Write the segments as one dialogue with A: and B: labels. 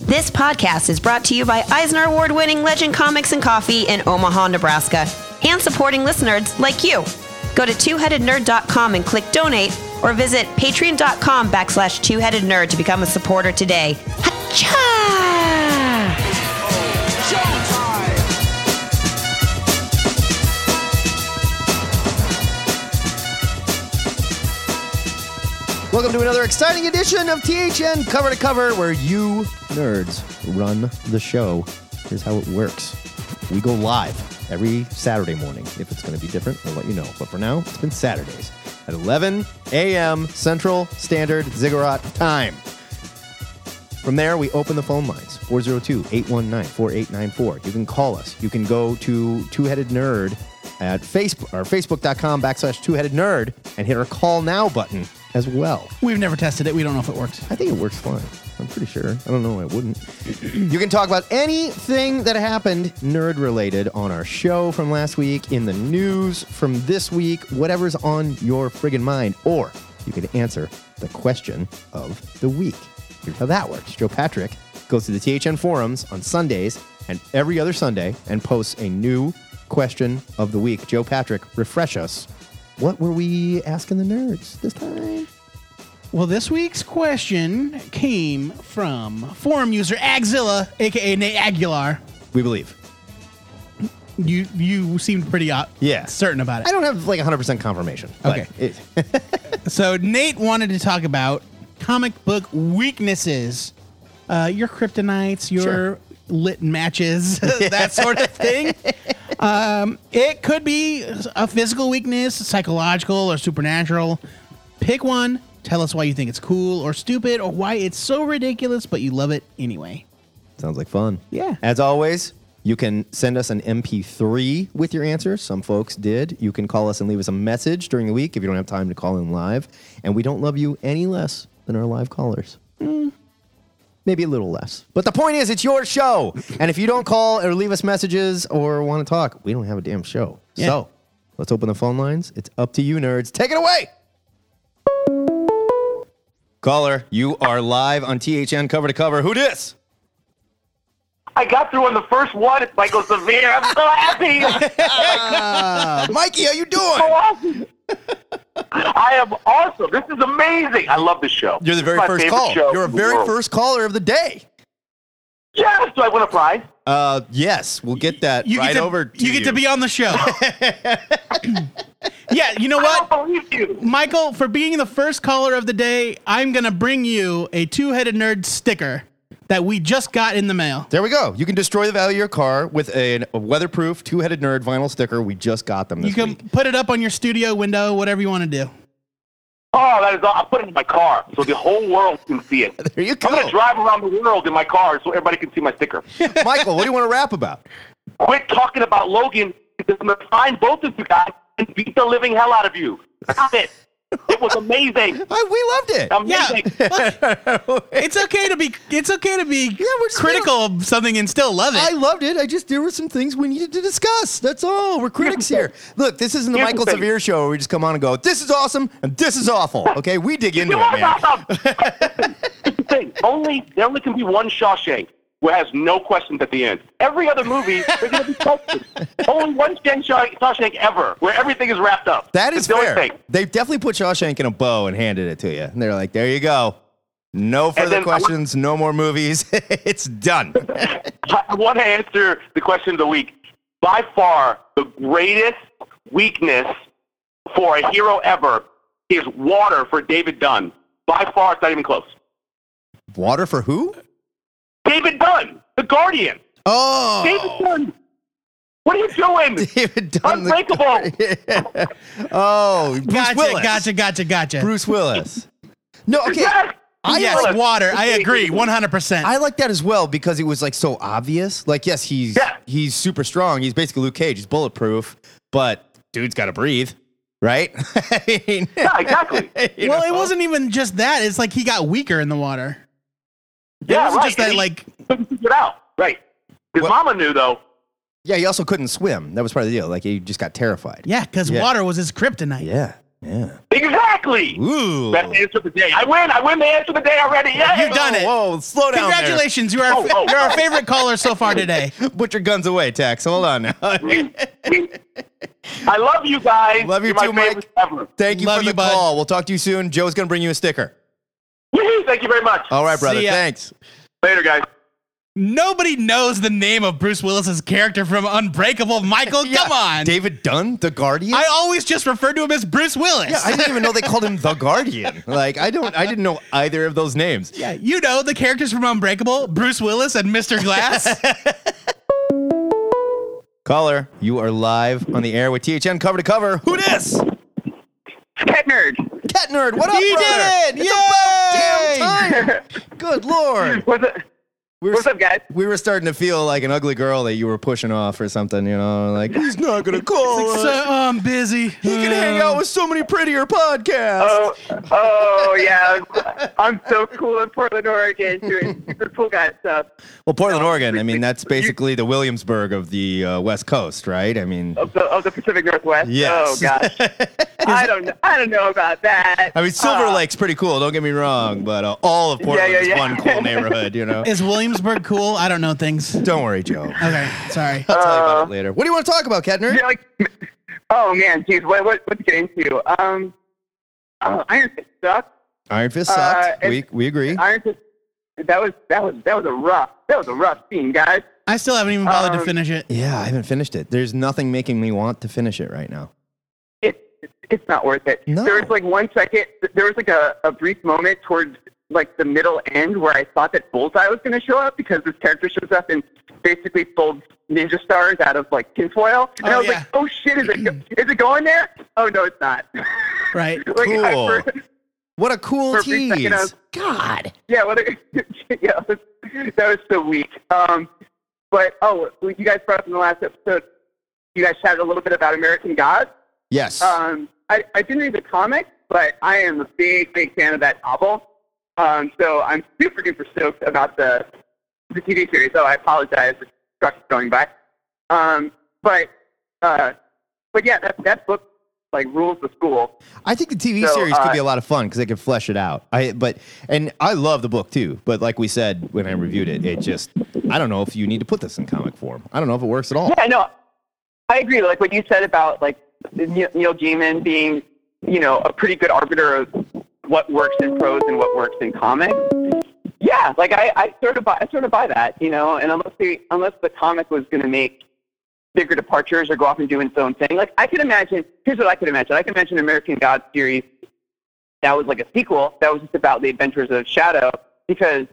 A: This podcast is brought to you by Eisner Award winning Legend Comics and Coffee in Omaha, Nebraska, and supporting listeners like you. Go to twoheadednerd.com and click donate, or visit patreon.com backslash twoheadednerd to become a supporter today. Hacha!
B: Welcome to another exciting edition of THN Cover to Cover, where you nerds run the show. Here's how it works we go live every Saturday morning. If it's going to be different, we'll let you know. But for now, it's been Saturdays at 11 a.m. Central Standard Ziggurat Time. From there, we open the phone lines 402 819 4894. You can call us. You can go to Two Headed Nerd at Facebook or Facebook.com backslash Two Headed Nerd and hit our call now button as well.
C: We've never tested it. We don't know if it works.
B: I think it works fine. I'm pretty sure. I don't know why it wouldn't. you can talk about anything that happened nerd related on our show from last week, in the news from this week, whatever's on your friggin' mind, or you could answer the question of the week. Here's how that works Joe Patrick goes to the THN forums on Sundays and every other Sunday and posts a new question of the week. Joe Patrick, refresh us. What were we asking the nerds this time?
C: Well, this week's question came from forum user Agzilla, aka Nate Aguilar.
B: We believe.
C: You you seemed pretty op-
B: Yeah.
C: certain about
B: I
C: it.
B: don't have like 100% confirmation. but
C: Okay.
B: it-
C: So Nate wanted to talk about comic book weaknesses, uh, your kryptonites, your
B: Sure.
C: lit matches, that sort of thing. Um, it could be a physical weakness, psychological, or supernatural. Pick one. Tell us why you think it's cool or stupid, or why it's so ridiculous, but you love it anyway.
B: Sounds like fun.
C: Yeah.
B: As always, you can send us an MP3 with your answers. Some folks did. You can call us and leave us a message during the week if you don't have time to call in live. And we don't love you any less than our live callers. Maybe a little less. But the point is, it's your show. and if you don't call or leave us messages or want to talk, we don't have a damn show.
C: Yeah.
B: So let's open the phone lines. It's up to you, nerds. Take it away. Caller, you are live on THN cover to cover. Who dis?
D: I got through on the first one. It's Michael Severe. I'm so happy.
B: Uh, Mikey, how you doing?
D: so awesome. I am awesome. This is amazing. I love this show.
B: You're
D: This
B: the very
D: is my
B: first
D: favorite
B: call.
D: show
B: You're a
D: in the
B: very
D: world.
B: first caller of the day.
D: Yes. Do I win a prize?
B: Uh, yes, we'll get that
C: you
B: right
C: get to,
B: over to
C: you
B: you.
C: get to be on the show. yeah, you know
D: I
C: what?
D: don't believe you.
C: Michael, for being the first caller of the day, I'm going to bring you a two headed nerd sticker that we just got in the mail.
B: There we go. You can destroy the value of your car with a, a weatherproof two-headed nerd vinyl sticker. We just got them this
C: You can
B: week.
C: put it up on your studio window, whatever you want to do.
D: Oh, that is all. I put it in my car so the whole world can see it.
B: There you
D: I'm
B: go.
D: gonna drive around the world in my car so everybody can see my sticker.
B: Michael, what do you want to rap about?
D: Quit talking about Logan because I'm gonna find both of you guys and beat the living hell out of you. Stop it. It was amazing.
B: I, we loved it.
C: Yeah,
D: Amazing.
C: look, it's okay to be it's okay to be
B: we're just-
C: critical of something and still love it.
B: I loved it. I just there were some things we needed to discuss. That's all. We're critics here. Look, this isn't the
D: Here's the
B: Michael
D: thing.
B: Severe show where we just come on and go, "This is awesome" and "This is awful." Okay, we dig into it,
D: You are
B: man.
D: awesome. Here's the thing. Only there only can be one Shawshank where it has no questions at the end. Every other movie, there's gonna be questions. only one Shang- Shaw- Shawshank ever where everything is wrapped up.
B: That is
D: It's the only
B: fair.
D: thing.
B: They definitely put Shawshank in a bow and handed it to you. And they're like, there you go. No further
D: then I want-
B: questions, no more movies. it's done.
D: I want to answer the question of the week. By far, the greatest weakness for a hero ever is water for David Dunn. By far, it's not even close.
B: Water for who?
D: David Dunn, the Guardian. David
B: Oh.
D: Dunn, what are you doing?
B: David Dunn. The- oh, Bruce
C: gotcha,
B: Willis.
C: gotcha, gotcha, gotcha.
B: Bruce Willis. No, okay.
D: Yes!
B: I
C: yes,
B: like-
C: water. I agree 100%.
B: I like that as well because it was like so obvious. Like, yes, he's
D: Yeah.
B: he's super strong. He's basically Luke Cage. He's bulletproof, but dude's got to breathe, right? I mean,
D: Yeah, exactly.
B: you
C: well,
B: know.
C: it wasn't even just that. It's like he got weaker in the water.
D: yeah,
C: it wasn't
D: right.
C: just that
D: and he
C: like
D: couldn't figure it out. Right. His
B: What-
D: mama knew though.
B: Yeah, he also couldn't swim. That was part of the deal. Like he just got terrified.
C: Yeah, because
B: Yeah.
C: water was his kryptonite.
B: Yeah. Yeah.
D: Exactly.
E: Exactly.
B: Ooh.
E: Best answer of the day. I win. I win the answer of the day already. Yay.
C: You've done it.
B: Whoa, whoa, slow down. there.
C: Congratulations, you are
E: Oh, oh,
C: you're our
E: oh.
C: favorite caller so far today.
B: Put your guns away, Tex. Hold on now.
E: I love you guys.
B: Love you
E: You're my
B: too, Mike.
E: favorites ever.
B: Thank you
C: Love
B: for the
C: you, bud.
B: call. We'll talk to you soon. Joe's going to bring you a sticker.
E: Woohoo, Thank you very much.
B: All right,
C: See
B: brother.
C: ya.
B: Thanks.
E: Later, guys.
C: Nobody knows the name of Bruce Willis's character from Unbreakable. Michael, come
B: Yeah.
C: on.
B: David Dunn, The Guardian?
C: I always just refer to him as Bruce Willis.
B: yeah, I didn't even know they called him The Guardian. Like, I don't, I didn't know either of those names.
C: Yeah, you know the characters from Unbreakable, Bruce Willis and Mr. Glass.
B: Caller, you are live on the air with THN cover to cover. Who dis?
D: Cat nerd.
B: Cat nerd. What up,
C: He did
B: brother?
C: it! Yay!
B: It's about damn time. Good lord.
D: What's up,
B: We were,
D: what's up guys?
B: we were starting to feel like an ugly girl that you were pushing off or something. You know, like he's not gonna call. us.
C: so I'm busy.
B: he can hang out with so many prettier podcasts.
D: Oh, oh yeah. I'm- I'm so cool in Portland, Oregon, doing the cool guy stuff.
B: Well, Portland, Oregon. I mean,
D: you-
B: that's basically the Williamsburg of the uh, West Coast, right? I mean,
D: Of the, of the Pacific Northwest.
B: Yes.
D: Oh gosh. I don't know. I don't know about that.
B: I mean, Silver
D: Uh,
B: Lake's pretty cool. Don't get me wrong, but uh, all of Portland
D: yeah,
B: is
D: yeah.
B: one cool neighborhood. You know.
C: Is Williamsburg cool? I don't know things.
B: Don't worry, Joe. I'll
C: Okay, sorry.
B: tell you about
D: Uh,
B: it later. What do you want to talk about, Ketner?
D: you know, like, oh man, geez, what what what to get into? Um, oh, Iron Fist sucked.
B: Iron Fist sucked.
D: Uh,
B: we
D: it's-
B: we agree.
D: Iron Fist. That was that was that was a rough that was a rough scene, guys.
C: I still haven't even bothered to
D: Um,
C: finish it.
B: Yeah, I haven't finished it. There's nothing making me want to finish it right now.
D: it's it's not worth it.
B: No.
D: There was like one second. There was like a, a brief moment towards like the middle end where I thought that Bullseye was going to show up because this character shows up and basically folds ninja stars out of like tinfoil, and
C: Oh,
D: I was
C: yeah.
D: like, oh shit, is it go- is it going there? Oh no, it's not.
C: Right.
D: like, I-
B: Cool.
D: for-
B: What a cool
D: For a brief second, I
B: tease.
D: was-
B: God.
D: yeah, well, yeah, that was, that was so weak. Um, but oh, you guys brought up in the last episode. You guys chatted a little bit about American Gods.
B: Yes.
D: Um, I, I didn't read the comic, but I am a big, big fan of that novel. Um, so I'm super duper stoked about the the TV series. So I apologize if trucks going by. Um, but uh, but yeah, that that book like rules the school.
B: I think the TV
D: So,
B: series could
D: uh,
B: be a lot of fun because they could flesh it out. I but and I love the book too. But like we said when I reviewed it, it just I don't know if you need to put this in comic form. I don't know if it works at all.
D: Yeah, no, I agree. Like what you said about like Neil, Neil Gaiman being you know a pretty good arbiter of what works in prose and what works in comics. Yeah, like I, I sort of buy, I sort of buy that, you know. And unless the unless the comic was going to make bigger departures or go off and do its own thing, like I could imagine. Here's what I could imagine: I could imagine American God series that was like a sequel that was just about the adventures of Shadow, because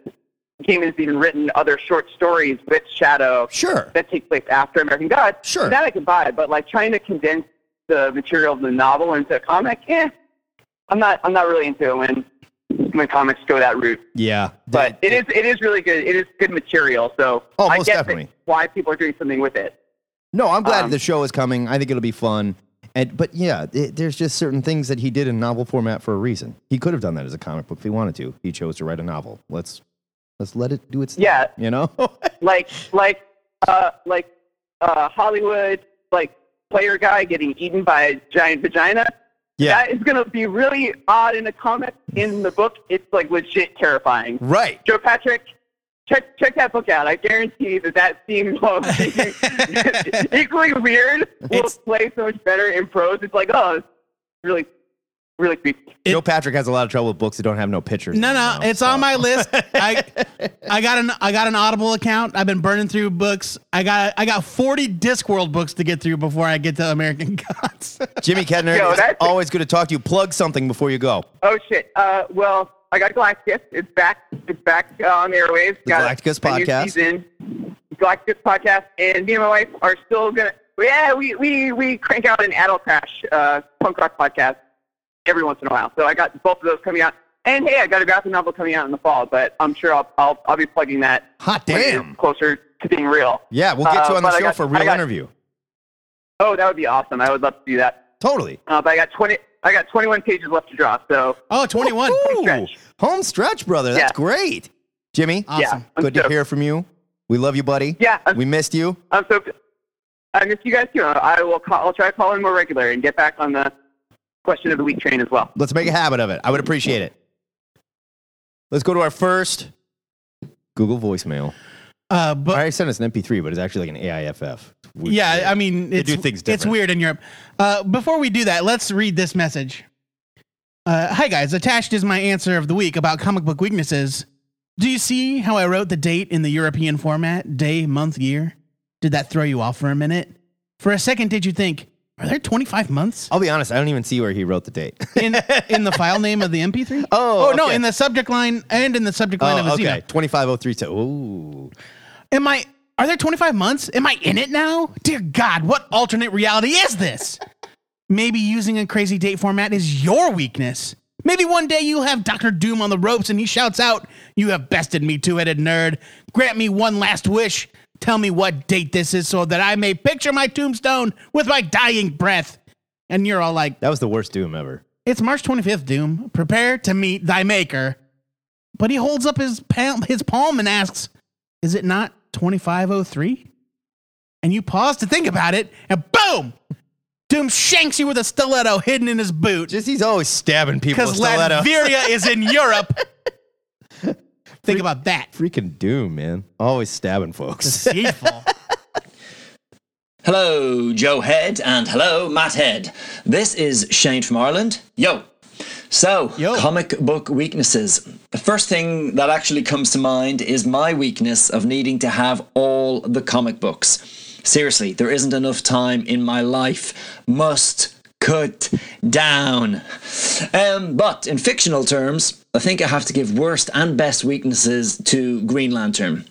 D: Gaiman's even written other short stories with Shadow
B: Sure.
D: that take place after American God.
B: Sure.
D: that I could buy. But like trying to condense the material of the novel into a comic, eh? I'm not I'm not really into it when when comics go that route.
B: Yeah.
D: But it is it is really good. It is good material. So
B: Oh,
D: I
B: most
D: get that-
B: definitely.
D: why people are doing something with it.
B: No, I'm glad
D: Um,
B: the show is coming. I think it'll be fun. And but yeah, it, there's just certain things that he did in novel format for a reason. He could have done that as a comic book if he wanted to. He chose to write a novel. Let's let's let it do its thing,
D: Yeah.
B: You know.
D: Like like uh like uh Hollywood like player guy getting eaten by a giant vagina. That is gonna be really odd in a comic. In the book, it's like legit terrifying.
B: Right.
D: Joe Patrick, check check that book out. I guarantee that that theme of equally weird will
B: It's-
D: play so much better in prose. It's like, oh, it's really, really creepy.
C: It-
B: Joe Patrick has a lot of trouble with books that don't have no pictures.
C: No,
B: in
C: no,
B: them now,
C: it's on
B: so.
C: my list. I I got an I got an Audible account. I've been burning through books. I got I got 40 Discworld books to get through before I get to American Gods.
B: Jimmy Kettner.
D: Yo,
B: it's
D: that's-
B: always good to talk to you. Plug something before you go.
D: Oh shit. Uh, well, I got Galacticus. It's back. It's back uh, on the airwaves.
B: The
D: got
B: Galacticus
D: a new
B: podcast.
D: Season. Galacticus podcast, and me and my wife are still gonna. Yeah, we we we crank out an Adult Crash uh, punk rock podcast every once in a while. So I got both of those coming out. And hey, I got a graphic novel coming out in the fall, but I'm sure I'll I'll, I'll be plugging that.
B: Hot
D: when it's
B: damn.
D: Closer to being real.
B: Yeah, we'll get
D: Uh,
B: you on
D: but
B: the
D: I
B: show
D: got-
B: for a real
D: I got-
B: interview.
D: Oh, that would be awesome. I would love to do that.
B: Totally.
D: Uh, but I got 20. I got 21 pages left to draw. So
C: Oh, 21.
B: Ooh,
D: stretch.
B: home stretch, brother. That's
D: Yeah.
B: great. Jimmy,
C: Awesome.
D: yeah, I'm
B: good to
D: stoked.
B: hear from you. We love you, buddy.
D: Yeah, uh, I'm
B: We missed you.
D: I'm so. I miss you guys too. I will. Call, I'll try to call in more regular and get back on the question of the week train as well.
B: Let's make a habit of it. I would appreciate it. Let's go to our first Google voicemail.
C: Uh, but
B: I sent us an MP3, but it's actually like an AIFF. It's weird.
C: yeah, I mean, it's,
B: do things
C: it's
B: different.
C: weird in Europe. Uh, before we do that, let's read this message. Uh, Hi, guys. Attached is my answer of the week about comic book weaknesses. Do you see how I wrote the date in the European format? Day, month, year? Did that throw you off for a minute? For a second, did you think, are there 25 months
B: I'll be honest. I don't even see where he wrote the date.
C: in, in the file name of the MP3?
B: Oh,
C: no,
B: okay.
C: in the subject line and in the subject line of
B: oh,
C: his email.
B: okay. 25032. Ooh.
C: Am I? Are there 25 months? Am I in it now? Dear God, what alternate reality is this? Maybe using a crazy date format is your weakness. Maybe one day you'll have Doctor Doom on the ropes and he shouts out, "You have bested me, two-headed nerd. Grant me one last wish. Tell me what date this is, so that I may picture my tombstone with my dying breath." And you're all like,
B: That was the worst doom ever.
C: it's March 25th, Doom. Prepare to meet thy maker. But he holds up his palm, his palm and asks, Is it not 2503? And you pause to think about it, and boom! Doom shanks you with a stiletto hidden in his boot.
B: Just he's always stabbing people with
C: Because
B: stiletto.
C: Latveria is in Europe. think about that.
B: Freaking doom, man. Always stabbing folks.
C: Deceitful.
F: Hello, Joe Head, and hello, Matt Head. This is Shane from Ireland. Yo. So,
C: Yo.
F: comic book weaknesses. The first thing that actually comes to mind is my weakness of needing to have all the comic books. Seriously, there isn't enough time in my life. Must cut down. Um, but in fictional terms, I think I have to give worst and best weaknesses to Green Lantern.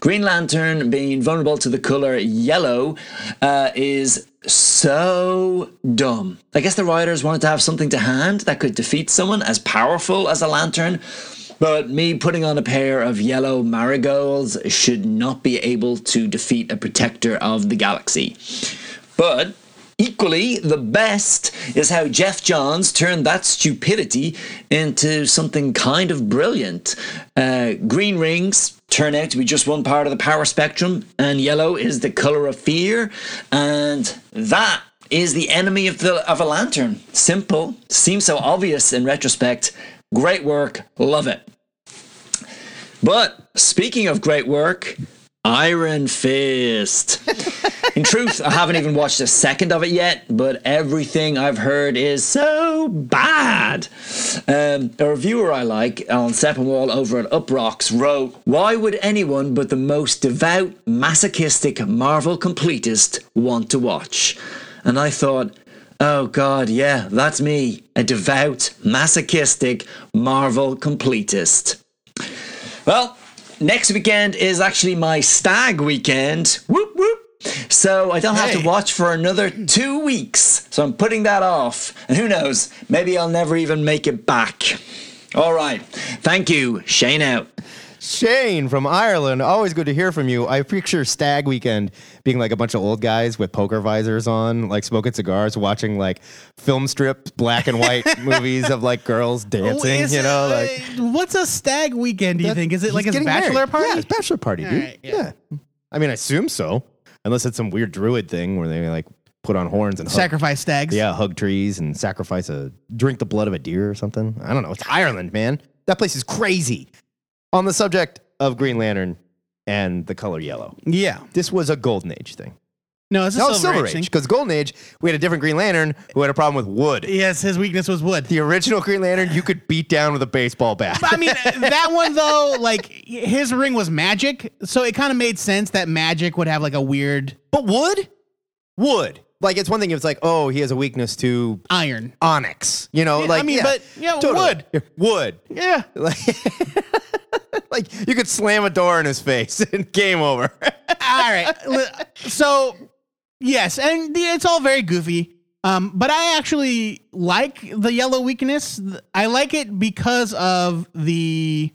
F: Green Lantern, being vulnerable to the color yellow, uh, is so dumb. I guess the writers wanted to have something to hand that could defeat someone as powerful as a lantern. But me putting on a pair of yellow marigolds should not be able to defeat a protector of the galaxy. But equally, the best is how Jeff Johns turned that stupidity into something kind of brilliant. Uh, green rings turn out to be just one part of the power spectrum, and yellow is the color of fear, and that is the enemy of the of a lantern. Simple, seems so obvious in retrospect. Great work, love it. But speaking of great work, Iron Fist. In truth, I haven't even watched a second of it yet, but everything I've heard is so bad. Um, a reviewer I like, Alan Seppenwall over at Uprocks, wrote Why would anyone but the most devout, masochistic Marvel completist want to watch? And I thought, Oh god, yeah, that's me, a devout, masochistic Marvel completist. Well, next weekend is actually my stag weekend. Whoop whoop. So I don't have
C: Hey.
F: to watch for another two weeks. So I'm putting that off. And who knows? Maybe I'll never even make it back. All right. Thank you. Shane out.
B: Shane from Ireland. Always good to hear from you. I picture Stag Weekend being like a bunch of old guys with poker visors on, like smoking cigars, watching like film strip black and white movies of like girls dancing.
C: Is
B: you
C: it,
B: know, like
C: uh, what's a stag weekend? Do you think? Is it
B: He's
C: like his
B: getting
C: bachelor
B: married.
C: party?
B: Yeah, his bachelor party, dude.
C: right,
B: yeah. I mean, I assume so, unless it's some weird druid thing where they like put on horns and hug,
C: Sacrifice stags.
B: yeah, hug trees and sacrifice a drink the blood of a deer or something. I don't know. It's Ireland, man. That place is crazy. On the subject of Green Lantern and the color yellow,
C: Yeah.
B: this was a Golden Age thing.
C: No, it's a
B: No,
C: silver,
B: Silver
C: Age thing.
B: Age, because Golden Age we had a different Green Lantern who had a problem with wood.
C: Yes, his weakness was wood.
B: The original Green Lantern you could beat down with a baseball bat.
C: I mean, that one though, like his ring was magic, so it kind of made sense that magic would have like a weird
B: But wood? Wood. Like it's one thing if it's like, oh, he has a weakness to
C: iron.
B: onyx. You know,
C: Yeah,
B: like
C: I mean,
B: yeah,
C: but, yeah, wood.
B: Yeah, Wood.
C: Yeah.
B: Like, like you could slam a door in his face and game over.
C: All right. Li- So, yes, and the, it's all very goofy. Um, but I actually like the yellow weakness. I like it because of the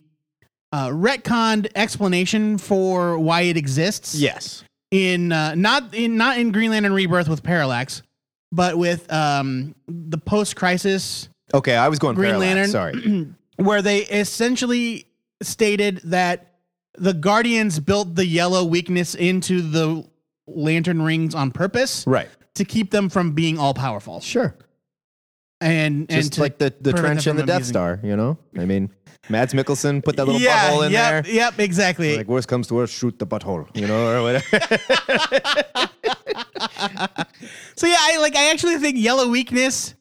C: uh, retconned explanation for why it exists.
B: yes.
C: in uh, not in not in Green Lantern Rebirth with Parallax, but with um, the post crisis
B: Okay, I was going
C: Green
B: Parallax,
C: Lantern.
B: Sorry.
C: where they essentially stated that the Guardians built the yellow weakness into the lantern rings on purpose
B: Right.
C: to keep them from being all powerful.
B: Sure.
C: and and
B: Just
C: to
B: like the, the
C: prevent them
B: trench and the
C: from
B: Death
C: abusing-
B: Star, you know? I mean, Mads Mikkelsen put that little
C: yeah,
B: butthole in
C: yep,
B: there.
C: Yep, exactly.
B: Like, worst comes to worst, shoot the butthole, you know, or whatever.
C: so yeah, I like I actually think Yellow Weakness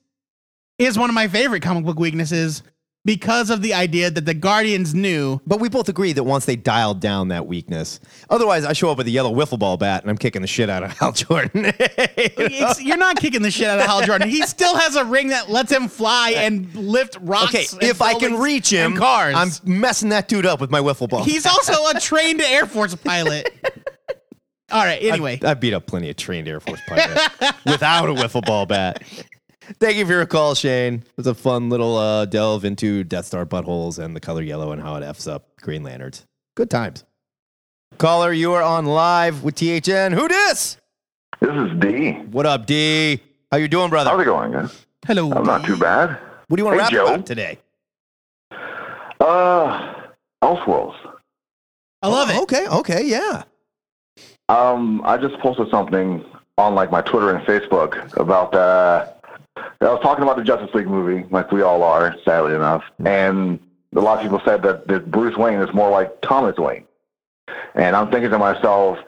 C: is one of my favorite comic book weaknesses because of the idea that the Guardians knew
B: but we both agree that once they dialed down that weakness, otherwise I show up with a yellow wiffle ball bat and I'm kicking the shit out of Hal Jordan.
C: It's- you're not kicking the shit out of Hal Jordan. He still has a ring that lets him fly and lift rocks.
B: okay,
C: and
B: if I can
C: buildings
B: reach him,
C: and cars.
B: I'm messing that dude up with my wiffle ball.
C: He's also a trained Air Force pilot. All right. Anyway,
B: I beat up plenty of trained Air Force pilots without a wiffle ball bat. Thank you for your call, Shane. It was a fun little uh, delve into Death Star buttholes and the color yellow and how it f's up Green Lanterns. Good times. Caller, you are on live with THN. Who dis?
G: This is D.
B: What up, D? How you doing, brother?
G: How's it going, guys?
C: hello.
G: I'm not too bad.
B: What do you want
G: Hey,
B: to rap
G: Joe.
B: about today?
G: Uh, Elseworlds.
C: I love it.
B: Oh, Okay, okay, yeah.
G: Um, I just posted something on like my Twitter and Facebook about uh, I was talking about the Justice League movie, like we all are, sadly enough, and a lot of people said that, that Bruce Wayne is more like Thomas Wayne, and I'm thinking to myself,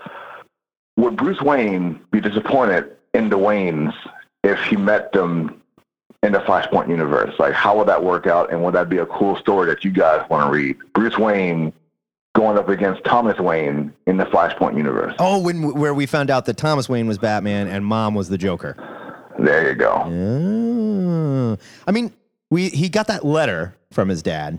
G: would Bruce Wayne be disappointed in the Waynes if he met them in the Flashpoint universe? Like, how would that work out, and would that be a cool story that you guys want to read? Bruce Wayne going up against Thomas Wayne in the Flashpoint universe.
B: Oh, when where we found out that Thomas Wayne was Batman and Mom was the Joker.
G: There you go.
B: Oh. I mean, we he got that letter from his dad.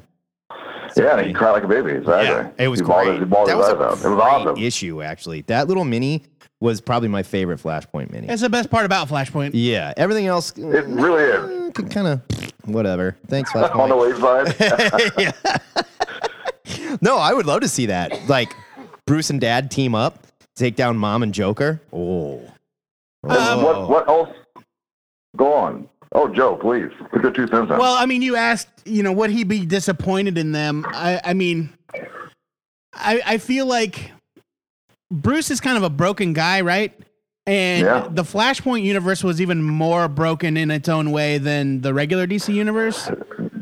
G: Yeah, and he cried like a baby. Exactly.
B: Yeah, it was
G: he balled
B: great.
G: his- he balled
B: that
G: his
B: was a
G: eyes out. It was
B: great
G: awesome.
B: issue, actually. That little mini was probably my favorite Flashpoint mini.
C: That's the best part about Flashpoint.
B: yeah, everything else
G: It really is.
B: kind of whatever. Thanks,
G: On the
B: Flashpoint.
G: wayside.
B: Yeah. no, I would love to see that. Like Bruce and Dad team up, take down Mom and Joker. Oh,
C: Um,
G: what, what else? Go on. Oh, Joe, please. Put your two cents in.
C: Well, I mean, you asked, you know, would he be disappointed in them? I, I mean, I, I feel like Bruce is kind of a broken guy, right? And
G: Yeah.
C: the Flashpoint universe was even more broken in its own way than the regular DC universe.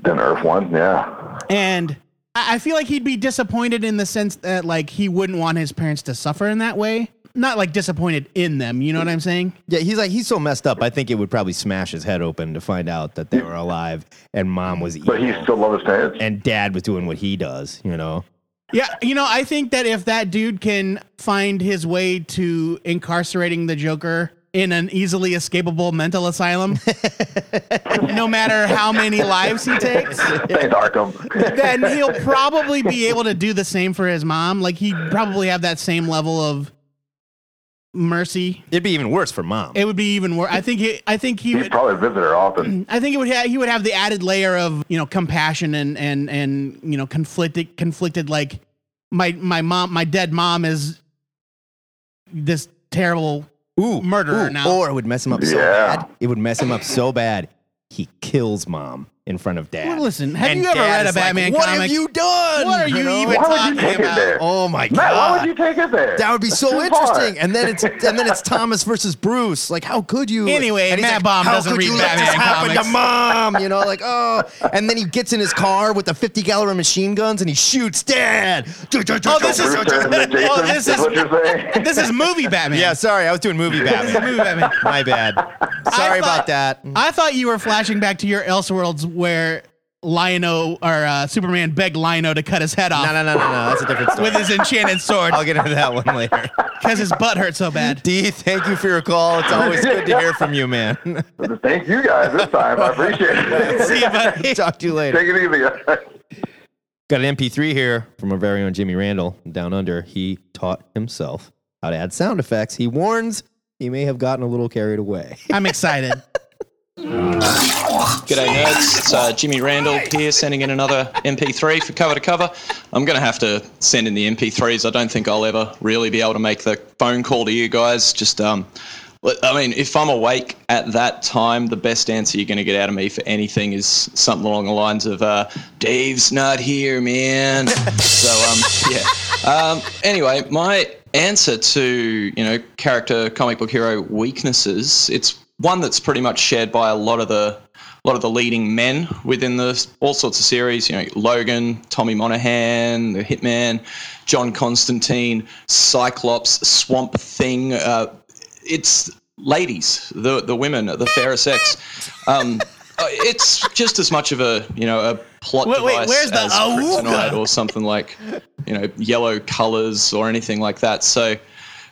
G: then Earth One. Yeah.
C: And I I feel like he'd be disappointed in the sense that, like, he wouldn't want his parents to suffer in that way. Not like disappointed in them, you know what I'm saying?
B: Yeah, he's like he's so messed up. I think it would probably smash his head open to find out that they were alive and Mom was evil
G: But he still loved his parents.
B: and Dad was doing what he does. You know.
C: Yeah, you know, I think that if that dude can find his way to incarcerating the Joker in an easily escapable mental asylum, no matter how many lives he takes,
G: Thanks, Arkham.
C: then he'll probably be able to do the same for his mom. Like he'd probably have that same level of mercy.
B: It'd be even worse for Mom.
C: It would be even worse. I think. He, I think he
G: He'd
C: would.
G: probably visit her often.
C: I think it would. Ha- he would have the added layer of you know compassion and and and you know conflicted conflicted like my my mom my dead mom is this terrible
B: Ooh,
C: murderer
B: ooh,
C: now.
B: Or it would mess him up so
G: Yeah.
B: bad. It would mess him up so bad. He kills Mom in front of Dad.
C: Well, listen, have
B: And
C: you ever
B: Dad
C: read a
B: is like,
C: Batman
B: what
C: comic?
B: have you done?
C: What are you even
G: Why would you
C: talking
G: take it
C: about?
G: there?
B: Oh my god.
G: Matt, why would you take it there?
B: that would be
G: That's
B: so
G: too far.
B: interesting, and then it's and then it's Thomas versus Bruce. Like, how could you?
C: Anyway,
B: and he's
C: Matt
B: like,
C: Baum
B: how
C: doesn't
B: could
C: read
B: you let this
C: Batman
B: happen
C: comics."
B: to mom? You know, like oh, and then he gets in his car with the fifty caliber machine guns and he shoots Dad. Oh,
G: Bruce and then Jason,
C: Oh, this
G: is
C: is-
G: what you're saying.
C: This is movie Batman.
B: Yeah, sorry, I was doing movie Batman.
C: movie Batman.
B: my bad.
C: I thought-
B: Sorry about that.
C: I thought you were flashing back to your Elseworlds where Lionel or uh, Superman begged Lionel to cut his head off
B: No, no, no, no, no. That's a different story.
C: with his enchanted sword
B: I'll get into that one later.
C: because his butt hurt so bad.
B: D, thank you for your call. It's always good to hear from you, man.
G: Thank you guys this time. I appreciate it.
C: See you, buddy.
B: Talk to you later.
G: Take it easy, guys.
B: Got an MP3 here from our very own Jimmy Randall down under. He taught himself how to add sound effects. He warns he may have gotten a little carried away.
C: I'm excited.
H: G'day nerds, it's uh, Jimmy Randall here sending in another MP3 for cover to cover. I'm going to have to send in the MP3s. I don't think I'll ever really be able to make the phone call to you guys. Just, um, l- I mean, if I'm awake at that time, the best answer you're going to get out of me for anything is something along the lines of, uh, Dave's not here, man. so, um, yeah. Um, anyway, my answer to, you know, character comic book hero weaknesses, it's one that's pretty much shared by a lot of the a lot of the leading men within the all sorts of series. You know, Logan, Tommy Monahan, the Hitman, John Constantine, Cyclops, Swamp Thing. Uh, it's ladies, the the women, the fairer sex. Um, uh, it's just as much of a you know a plot
C: Wait, wait,
H: device
C: where's the
H: as
C: Awooga?
H: Kryptonite or something like you know yellow colors or anything like that. So.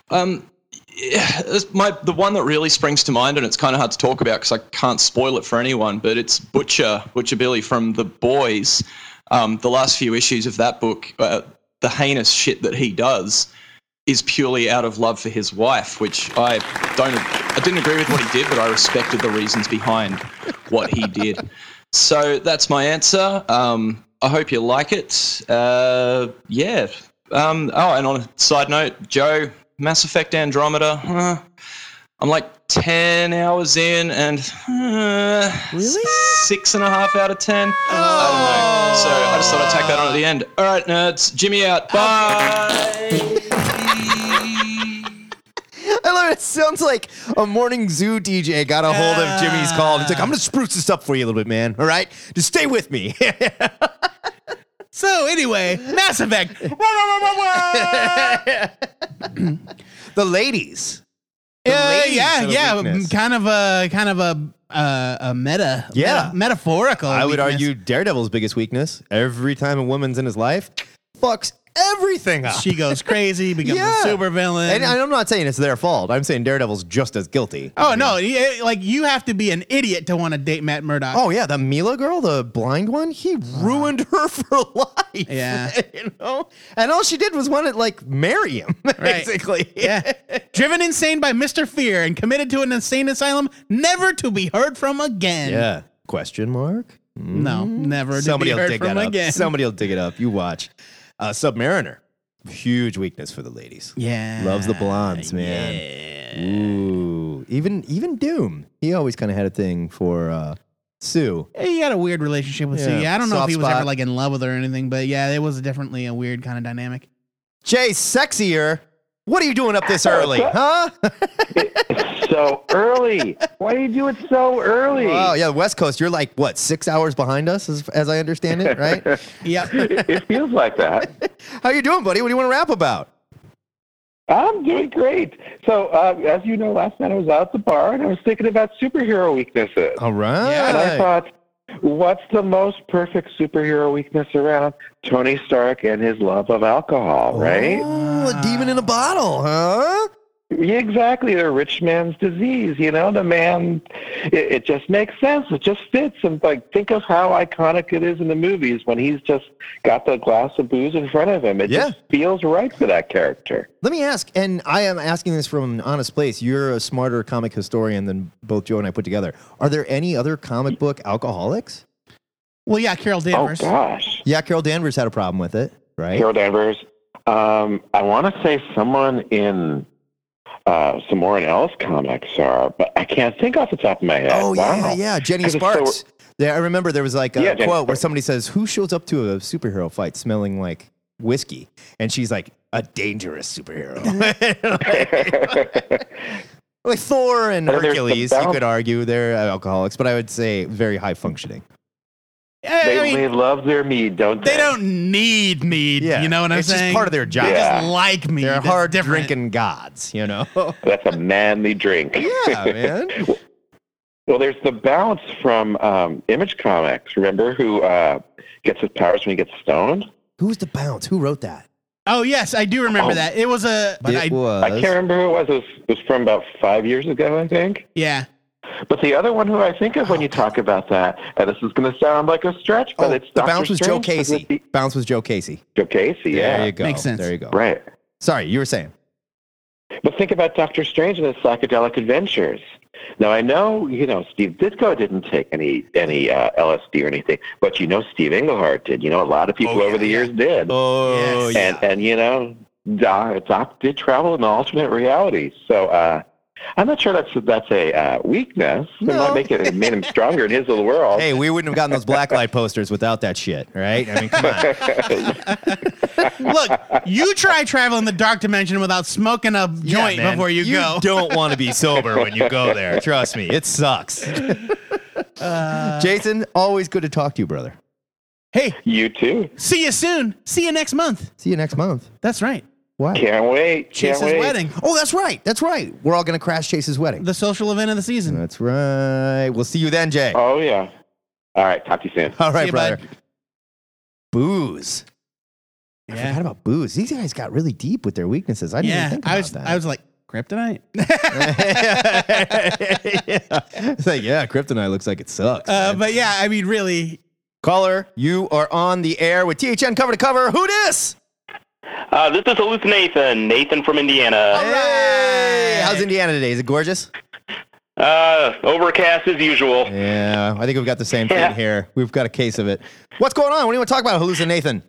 H: Um, yeah, it's my the one that really springs to mind, and it's kind of hard to talk about because I can't spoil it for anyone. But it's Butcher Butcher Billy from The Boys. Um, the last few issues of that book, uh, the heinous shit that he does, is purely out of love for his wife, which I don't. I didn't agree with what he did, but I respected the reasons behind what he did. So that's my answer. Um, I hope you like it. Uh, yeah. Um, oh, and on a side note, Joe, Mass Effect Andromeda. uh, I'm like ten hours in, and uh,
B: Really?
H: six and a half out of ten. I don't know. So I just thought I'd tack that on at the end. All right, nerds. Jimmy out. Bye.
B: I love it. It sounds like a morning zoo DJ got a hold of Jimmy's call. He's like, I'm going to spruce this up for you a little bit, man. All right? Just stay with me.
C: So anyway, Mass Effect. Wah, wah, wah, wah, wah.
B: the ladies. The
C: yeah,
B: ladies
C: yeah,
B: had a
C: yeah.
B: weakness.
C: Kind of a kind of a uh, a meta.
B: Yeah.
C: meta- metaphorical.
B: I would
C: weakness.
B: argue Daredevil's biggest weakness every time a woman's in his life fucks everything up.
C: she goes crazy, becomes a supervillain.
B: And I'm not saying it's their fault. I'm saying Daredevil's just as guilty.
C: Oh no! yeah, Like you have to be an idiot to want to date Matt Murdock.
B: Oh yeah, the Mila girl, the blind one, he ruined her for life.
C: Yeah.
B: you know, and all she did was want to like marry him, basically.
C: yeah. Driven insane by Mister Fear and committed to an insane asylum, never to be heard from again.
B: yeah. Question mark. Mm.
C: No, never. To
B: Somebody
C: be
B: will
C: heard
B: dig
C: from
B: that up.
C: again.
B: Somebody will dig it up. You watch. Uh, Submariner, huge weakness for the ladies.
C: yeah.
B: Loves the blondes, man. Ooh, even even Doom. He always kind of had a thing for uh, Sue.
C: He had a weird relationship with
B: Yeah,
C: Sue. Yeah, I don't know if
B: soft
C: he was
B: spot.
C: ever like in love with her or anything, but yeah, it was definitely a weird kind of dynamic.
B: Jay, sexier. What are you doing up this early, huh?
I: so early. Why do you do it so early?
B: Wow, yeah, West Coast. You're like what, six hours behind us, as, as I understand it, right?
C: Yep.
I: it, it feels like that.
B: How you doing, buddy? What do you want to rap about?
I: I'm doing great. So, uh, as you know, last night I was out at the bar and I was thinking about superhero weaknesses.
B: All right.
I: And I thought, what's the most perfect superhero weakness around? Tony Stark and his love of
B: Oh,
I: alcohol, right?
B: Ooh, a demon in a bottle, huh?
I: Yeah, exactly. The rich man's disease, you know, the man, it, it just makes sense. It just fits. And like, think of how iconic it is in the movies when he's just got the glass of booze in front of him. It
B: Yeah.
I: just feels right for that character.
B: Let me ask, and I am asking this from an honest place. You're a smarter comic historian than both Joe and I put together. Are there any other comic book alcoholics?
C: Well, yeah, Carol Danvers.
I: Oh, gosh.
B: Yeah, Carol Danvers had a problem with it, right?
I: Carol Danvers. Um, I want to say someone in uh, some more in Ellis comics are, but I can't think off the top of my head.
B: Oh yeah,
I: Wow.
B: yeah, Jenny
I: 'Cause it's so-
B: Sparks. yeah, I remember there was like a
I: Yeah, Jenny
B: quote where
I: Sparks.
B: somebody says, "Who shows up to a superhero fight smelling like whiskey?" And she's like, "A dangerous superhero." like Thor
I: And
B: and
I: then there's the
B: Hercules, you
I: balance-
B: could argue they're uh, alcoholics, but I would say very high functioning.
C: I
I: they,
C: mean,
I: they love their mead, don't they?
C: they don't need me.
B: Yeah,
C: You know what I'm
B: it's
C: saying?
B: just part of their job.
C: They
I: Yeah.
C: just like me.
B: They're
C: That's
B: hard
C: different.
B: drinking gods, you know.
I: That's a manly drink.
B: yeah, man.
I: Well, there's the balance from um, Image Comics, remember, who uh, gets his powers when he gets stoned?
B: Who's the bounce? Who wrote that?
C: Oh yes, I do remember
I: Oh.
C: that. It was a. But I,
B: it was.
I: I can't remember who it was. It was. It was from about five years ago, I think.
C: yeah.
I: But the other one who I think of when you talk about that, and this is going to sound like a stretch, but
B: Oh,
I: it's
B: the
I: Dr.
B: bounce was Joe
I: Strange, 'cause
B: Casey.
I: it's the-
B: Bounce was Joe Casey.
I: Joe Casey, yeah.
B: There you go.
C: Makes sense.
B: There you go.
I: Right.
B: Sorry, you were saying.
I: But think about Doctor Strange and his psychedelic adventures. Now I know you know Steve Ditko didn't take any any uh, LSD or anything, but you know Steve Englehart did. You know a lot of people
B: Oh,
I: over
B: yeah,
I: the
B: yeah.
I: years did,
B: Oh,
C: Yes.
I: and and you know Doc, Doc did travel in alternate realities. So uh, I'm not sure that's that's a uh, weakness. It
B: No.
I: might make it, it made him stronger in his little world.
B: Hey, we wouldn't have gotten those blacklight posters without that shit, right? I mean, come on.
C: Look, you try traveling the dark dimension without smoking a joint
B: Yeah, man.
C: before you, go.
B: don't want to be sober when you go there. Trust me, it sucks. Uh, Jason, always good to talk to you, brother.
C: Hey,
E: You too.
C: see you soon. See you next month.
B: See you next month.
C: That's right.
B: Wow.
E: Can't wait. Can't
C: Chase's
E: wait.
C: wedding,
B: Oh, that's right. That's right. We're all going to crash Chase's wedding.
C: the social event of the season.
B: That's right. We'll see you then, Jay.
E: Oh yeah. All right. Talk to you soon.
B: All right,
C: you,
B: brother.
C: bud.
B: Booze. I
C: yeah,
B: forgot about booze. These guys got really deep with their weaknesses. I didn't even
C: yeah.
B: think about
C: I was,
B: that.
C: I was like kryptonite.
B: yeah. It's like, yeah, kryptonite looks like it sucks.
C: Uh,
B: man.
C: but yeah, I mean, really,
B: Caller, you are on the air with THN cover to cover. Who dis?
E: Uh, this is Hallucinathan, Nathan from Indiana.
B: Hey, how's Indiana today? Is it gorgeous?
E: Uh, overcast as usual.
B: Yeah, I think we've got the same thing
E: Yeah.
B: here. We've got a case of it. What's going on? What do you want to talk about, Hallucinathan?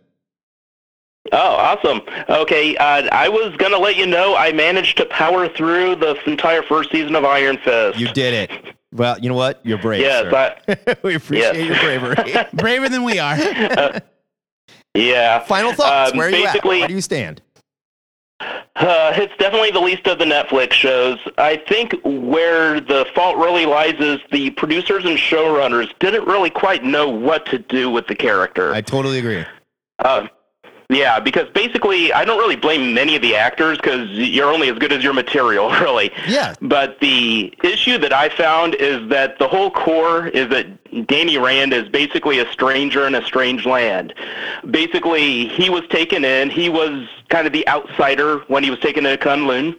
E: Oh, awesome. Okay, uh, I was gonna let you know I managed to power through the entire first season of Iron Fist.
B: You did it. Well, you know what? You're brave.
E: Yes,
B: sir.
E: I,
B: we appreciate
E: Yes.
B: your bravery.
C: braver than we are.
E: Uh, yeah.
B: Final thoughts.
E: Um,
B: Where are you at?
E: basically-
B: Where do you stand?
E: Uh, it's definitely the least of the Netflix shows. I think where the fault really lies is the producers and showrunners didn't really quite know what to do with the character.
B: I totally agree.
E: Uh, yeah, because basically, I don't really blame many of the actors because you're only as good as your material, really.
B: Yeah.
E: But the issue that I found is that the whole core is that Danny Rand is basically a stranger in a strange land. Basically, he was taken in. He was kind of the outsider when he was taken to Kunlun.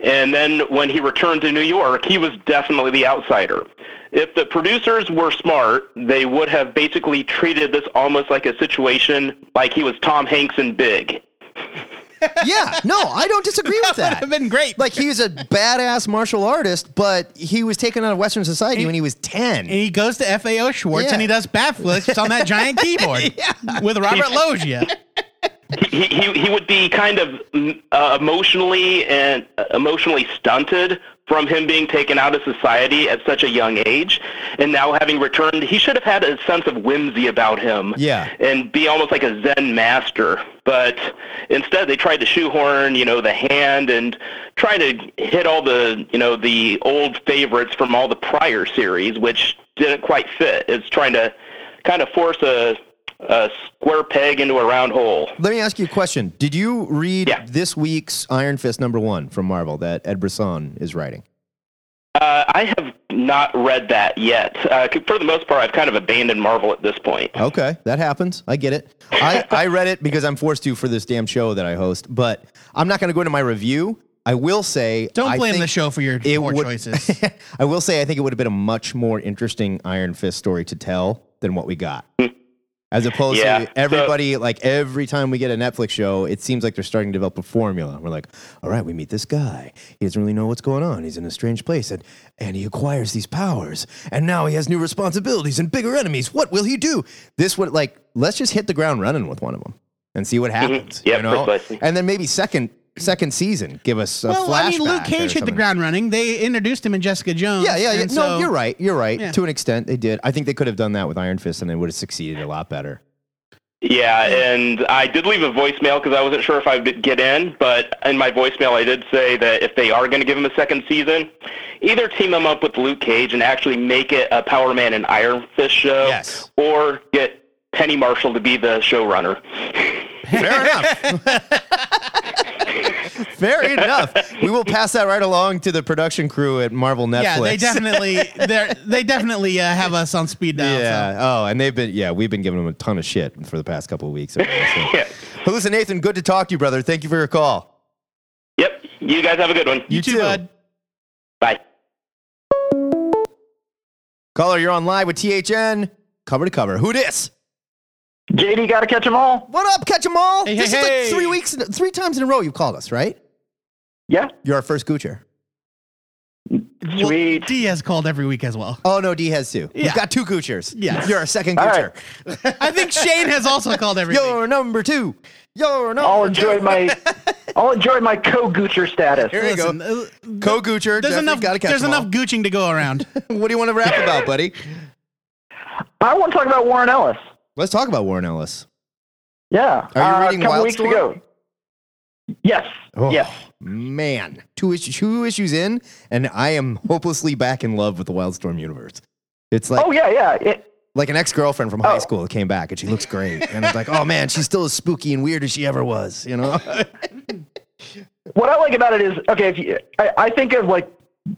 E: And then when he returned to New York, he was definitely the outsider. If the producers were smart, they would have basically treated this almost like a situation like he was Tom Hanks in Big.
B: Yeah, no, I don't disagree with
C: would
B: that.
C: have been great.
B: Like he's a badass martial artist, but he was taken out of Western society when he was ten.
C: and he goes to FAO Schwartz
B: Yeah.
C: and he does backflips on that giant keyboard with Robert Loggia.
E: he, he he would be kind of mm, uh, emotionally and uh, emotionally stunted from him being taken out of society at such a young age and now having returned he should have had a sense of whimsy about him
B: Yeah.
E: and be almost like a zen master but instead they tried to shoehorn you know the hand and try to hit all the you know the old favorites from all the prior series which didn't quite fit it's trying to kind of force a a square peg into a round hole
B: Let me ask you a question. Did you read
E: Yeah.
B: this week's Iron Fist number one from Marvel that Ed Brisson is writing?
E: Uh, I have not read that yet. Uh, c- for the most part, I've kind of abandoned Marvel at this point.
B: Okay, that happens. I get it. I, I read it because I'm forced to for this damn show that I host, but I'm not going to go into my review. I will say,
C: Don't
B: I
C: blame
B: think
C: the show for your
B: it
C: poor
B: would-
C: choices.
B: I will say, I think it would have been a much more interesting Iron Fist story to tell than what we got. As opposed
E: Yeah, so-
B: to everybody, like every time we get a Netflix show, it seems like they're starting to develop a formula. We're like, all right, we meet this guy. He doesn't really know what's going on. He's in a strange place, and, and he acquires these powers. And now he has new responsibilities and bigger enemies. What will he do? This would, like, let's just hit the ground running with one of them and see what happens.
E: Mm-hmm. Yeah,
B: you know?
E: precisely.
B: And then maybe second second season, give us a
C: well, I mean, Luke
B: flashback or
C: Cage hit the
B: something.
C: ground running. They introduced him in Jessica Jones.
B: Yeah, yeah, yeah.
C: and
B: No,
C: so-
B: you're right. You're right.
C: Yeah.
B: To an extent, they did. I think they could have done that with Iron Fist, and they would have succeeded a lot better.
E: Yeah,
B: Hmm.
E: and I did leave a voicemail because I wasn't sure if I would get in, but in my voicemail, I did say that if they are going to give him a second season, either team him up with Luke Cage and actually make it a Power Man and Iron Fist show,
B: Yes.
E: or get Penny Marshall to be the showrunner.
B: Fair enough. Fair enough. We will pass that right along to the production crew at Marvel Netflix.
C: Yeah, they definitely they they definitely uh, have us on speed dial.
B: Yeah.
C: so.
B: Oh, and they've been. Yeah, we've been giving them a ton of shit for the past couple of weeks. yeah.
E: Yeah.
B: Listen, Nathan. Good to talk to you, brother. Thank you for your call.
E: Yep, you guys have a good one.
C: You too, bud.
E: Bye.
B: Caller, you're on live with THN. Cover to cover. Who dis?
D: JD got to catch them all.
B: What up? Catch 'em all.
C: Hey, hey,
B: this is
C: hey.
B: like three weeks, three times in a row. You've called us, right?
D: Yeah.
B: You're our first Goocher.
C: Well,
D: Sweet.
C: Diaz called every week as well.
B: Oh no, D has two.
C: Yeah.
B: You've got two Goochers.
C: Yes.
B: You're a second
D: All
B: Goocher.
C: I think Shane has also called every week.
B: You're number two. You're number
D: I'll
B: two.
D: enjoy my I'll enjoy my co-goocher status.
B: Here we go.
C: Listen, uh, There's
B: Co-Goocher. Jeffrey,
C: enough.
B: Gotta catch
C: There's
B: 'em
C: enough
B: all.
C: gooching to go around.
B: What do you want to rap about, buddy?
D: I want to talk about Warren Ellis.
B: Let's talk about Warren Ellis.
D: Yeah.
B: Are you
D: uh,
B: reading
D: a couple
B: Wild
D: weeks
B: Storm?
D: ago. Yes.
B: Oh
D: Yes.
B: man, two issues, two issues in, and I am hopelessly back in love with the Wildstorm universe. It's like
J: Oh yeah, yeah. It,
B: like an ex girlfriend from high
J: Oh.
B: school that came back and she looks great. and it's like, oh man, she's still as spooky and weird as she ever was, you know?
J: what I like about it is okay. If you, I, I think of like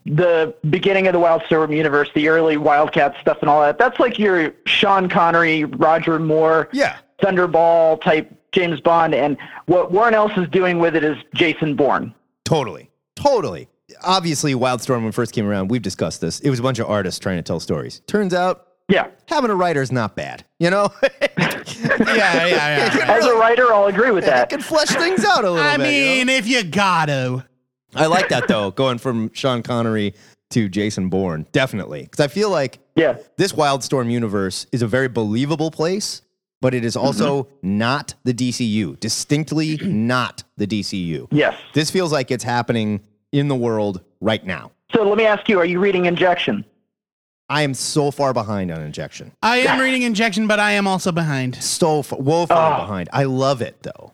J: the beginning of the Wild Storm universe, the early Wildcat stuff and all that. That's like your Sean Connery, Roger Moore,
B: yeah.
J: Thunderball type James Bond. And what Warren Ellis is doing with it is Jason Bourne.
B: Totally. Totally. Obviously, Wildstorm, when it first came around, we've discussed this. It was a bunch of artists trying to tell stories. Turns out
J: Yeah.
B: having a writer is not bad, you know? yeah, yeah, yeah.
J: As a writer, I'll agree with
B: It
J: that.
B: can flesh things out a little
C: I
B: bit. you know?
C: mean, if you gotta.
B: I like that though, going from Sean Connery to Jason Bourne, definitely. Because I feel like
J: Yeah.
B: this Wildstorm universe is a very believable place, but it is also not the DCU, distinctly not the DCU.
J: Yes.
B: This feels like it's happening in the world right now.
J: So let me ask you: Are you reading Injection?
B: I am so far behind on Injection.
C: I am reading Injection, but I am also behind.
B: So far, woefully
J: Ah.
B: behind. I love it though.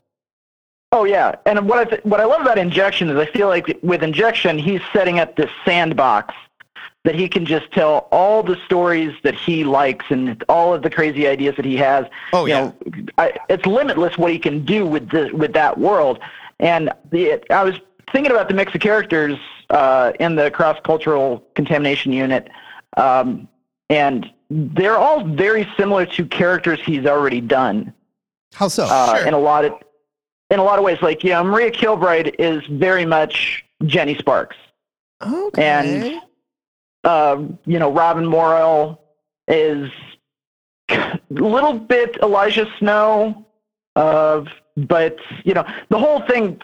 J: Oh yeah, and what I th- what I love about Injection is I feel like with Injection he's setting up this sandbox that he can just tell all the stories that he likes and all of the crazy ideas that he has.
B: Oh,
J: You
B: yeah.
J: know, I, it's limitless what he can do with the with that world. And the, I was thinking about the mix of characters uh, in the cross cultural contamination unit, um, and they're all very similar to characters he's already done
B: How so?
J: uh, in a lot of in a lot of ways. Like you know, Maria Kilbride is very much Jenny Sparks,
B: okay.
J: and uh, you know, Robin Morrell is a little bit Elijah Snow, uh, but you know, the whole thing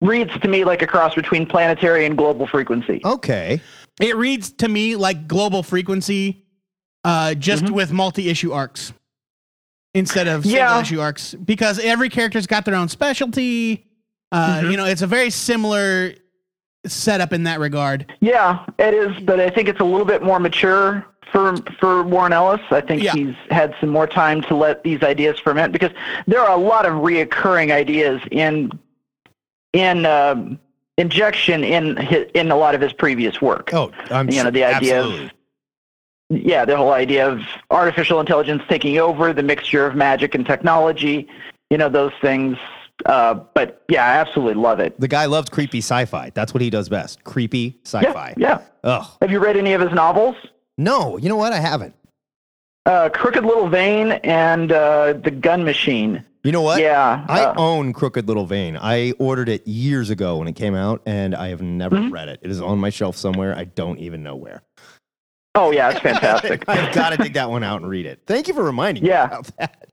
J: reads to me like a cross between planetary and global frequency.
B: okay.
C: It reads to me like global frequency, uh, just with multi issue arcs instead of
J: Mm-hmm. Yeah.
C: single issue arcs because every character's got their own specialty. Uh,
J: Mm-hmm.
C: You know, it's a very similar setup in that regard.
J: Yeah, it is, but I think it's a little bit more mature for for Warren Ellis. I think
C: Yeah.
J: he's had some more time to let these ideas ferment because there are a lot of reoccurring ideas in in um, injection in hi in a lot of his previous work.
B: Oh, I'm
J: you know
B: sure-
J: the idea
B: absolutely.
J: of yeah, the whole idea of artificial intelligence taking over, the mixture of magic and technology, you know those things. Uh, but yeah, I absolutely love it.
B: the guy loves creepy sci-fi. That's what he does best. Creepy
J: Yeah,
B: sci-fi.
J: yeah.
B: Ugh.
J: Have you read any of his novels?
B: No, you know what? I haven't.
J: Uh, Crooked Little Vein and uh, The Gun Machine.
B: You know what?
J: Yeah.
B: I
J: uh,
B: own Crooked Little Vein. I ordered it years ago when it came out, and I have never
J: Mm-hmm.
B: read it. It is on my shelf somewhere. I don't even know where.
J: oh, yeah, it's fantastic.
B: I've got to dig that one out and read it. Thank you for reminding me
J: Yeah.
B: about that.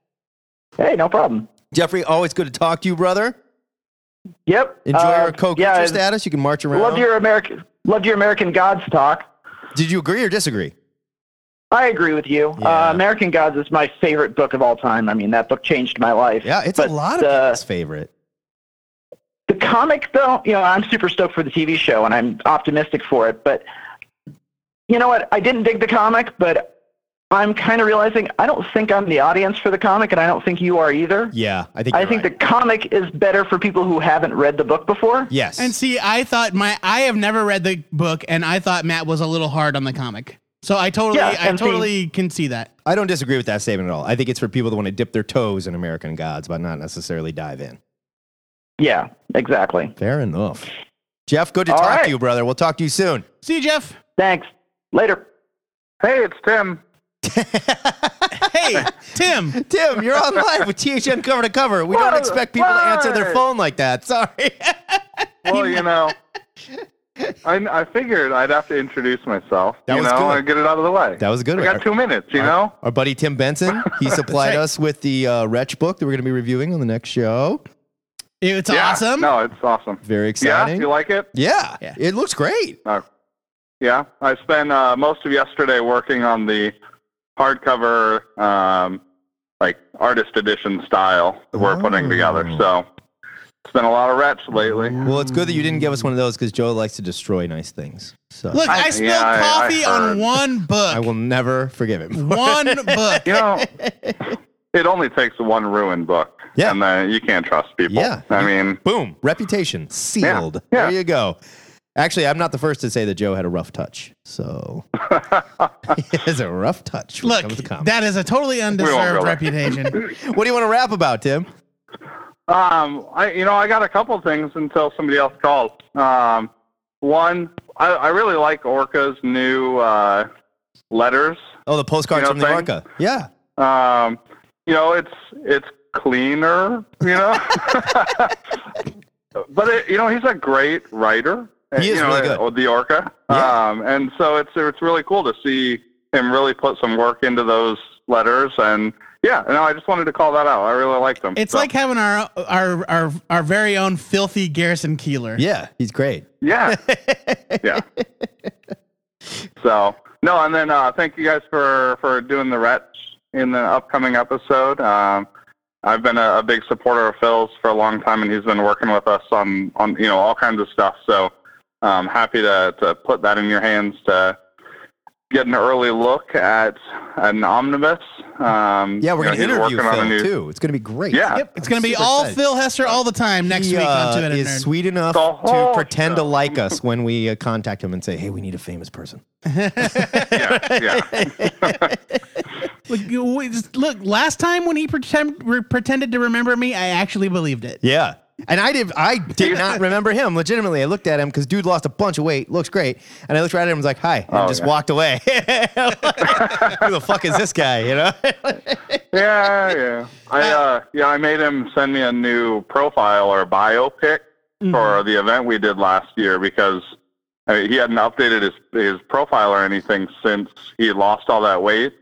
J: hey, no problem.
B: Jeffrey, always good to talk to you, brother.
J: Yep.
B: Enjoy
J: uh,
B: our co-creature
J: yeah,
B: status. You can march around.
J: Loved your American, loved your American Gods talk.
B: Did you agree or disagree?
J: I agree with you.
B: Yeah.
J: Uh, American Gods is my favorite book of all time. I mean, that book changed my life.
B: Yeah, it's
J: But,
B: a lot of
J: uh,
B: people's favorite.
J: The comic, though, you know, I'm super stoked for the TV show, and I'm optimistic for it. But you know what? I didn't dig the comic, but I'm kind of realizing I don't think I'm the audience for the comic, and I don't think you are either.
B: Yeah, I think.
J: I
B: you're
J: think
B: right.
J: the comic is better for people who haven't read the book before.
B: yes.
C: And see, I thought my I have never read the book, and I thought Matt was a little hard on the comic. So I totally,
J: Yeah,
C: I
J: and see-
C: totally can see that.
B: I don't disagree with that statement at all. I think it's for people that want to dip their toes in American Gods, but not necessarily dive in.
J: Yeah, exactly.
B: Fair enough. Jeff, good to
J: All
B: talk
J: right.
B: to you, brother. We'll talk to you soon.
C: See, you, Jeff.
J: Thanks. Later.
K: Hey, it's Tim.
C: Hey, Tim.
B: Tim, you're on live with THN cover to cover. We don't
K: Whoa,
B: expect people to answer their
K: whoa.
B: phone like that. Sorry.
K: Well, you know, I, I figured I'd have to introduce myself,
B: That
K: you
B: was
K: know,
B: good.
K: and get it out of the way.
B: That was a good
K: I
B: one.
K: got two minutes, you know?
B: Our buddy Tim Benson, he supplied us with the uh, Wretch book that we're going to be reviewing on the next show.
C: It's
K: yeah.
C: awesome.
K: No, it's awesome.
B: Very
K: Yeah,
B: exciting.
K: you like it?
B: Yeah,
C: Yeah.
B: it looks great.
K: Yeah. I spent uh, most of yesterday working on the hardcover, um, like artist edition style that we're putting together.
B: Oh.
K: So it's been a lot of rats lately.
B: Well, it's good that you didn't give us one of those because Joe likes to destroy nice things. So
C: Look, I,
K: I-
C: spilled
K: yeah, I- I
C: coffee on
K: heard.
C: one book.
B: I will never forgive him.
C: one book.
K: You know, it only takes one ruined book.
B: Yeah.
K: And then you can't trust people.
B: Yeah.
K: I mean,
B: Boom. Reputation sealed.
K: Yeah.
B: There you go. Actually, I'm not the first to say that Joe had a rough touch. So he has a rough touch. when it
C: Look,
B: comes to comedy.
C: that is a totally undeserved
K: really.
C: reputation.
B: what do you want to rap about, Tim?
K: Um, I you know I got a couple things until somebody else called. Um, one, I, I really like Orca's new uh, letters.
B: Oh, the postcards
K: You know
B: from the
K: thing?
B: Orca. Yeah.
K: Um, you know, it's it's cleaner. You know, but it, you know he's a great writer.
B: He
K: you
B: is
K: know,
B: really good.
K: uh, The Orca.
B: Yeah.
K: Um, and so it's it's really cool to see him really put some work into those letters. And yeah, no, I just wanted to call that out. I really liked them.
C: It's
K: So,
C: like having our our our our very own filthy Garrison Keeler.
B: Yeah, he's great.
K: yeah. yeah. So no, and then uh, thank you guys for for doing the retch in the upcoming episode. Um, I've been a, a big supporter of Phil's for a long time, and he's been working with us on on you know all kinds of stuff. So I'm happy to to put that in your hands to get an early look at an omnibus. Um,
B: Yeah,
K: you know,
B: we're going to
K: he's
B: interview
K: working on a
B: Phil,
K: new-
B: too. It's going to be great.
K: Yeah.
C: Yep, it's going to be
B: super
C: all
B: excited.
C: Phil Hester all the time next
B: He
C: week on
B: uh,
C: Two Headed
B: is
C: Nerd.
B: sweet enough
K: The
B: to
K: whole
B: pretend to
K: show.
B: like us when we uh, contact him and say, hey, we need a famous person.
K: Yeah, yeah.
C: Look, you- we just- look, last time when he pretend, re- pretended to remember me, I actually believed it.
B: Yeah. And I did I did not remember him legitimately. I looked at him because dude lost a bunch of weight, looks great. And I looked right at him and was like, hi, and
K: Oh,
B: just
K: yeah.
B: walked away. Who the fuck is this guy? You know?
K: yeah, yeah. I uh, yeah, I made him send me a new profile or biopic
B: Mm-hmm.
K: for the event we did last year because I mean, he hadn't updated his his profile or anything since he lost all that weight.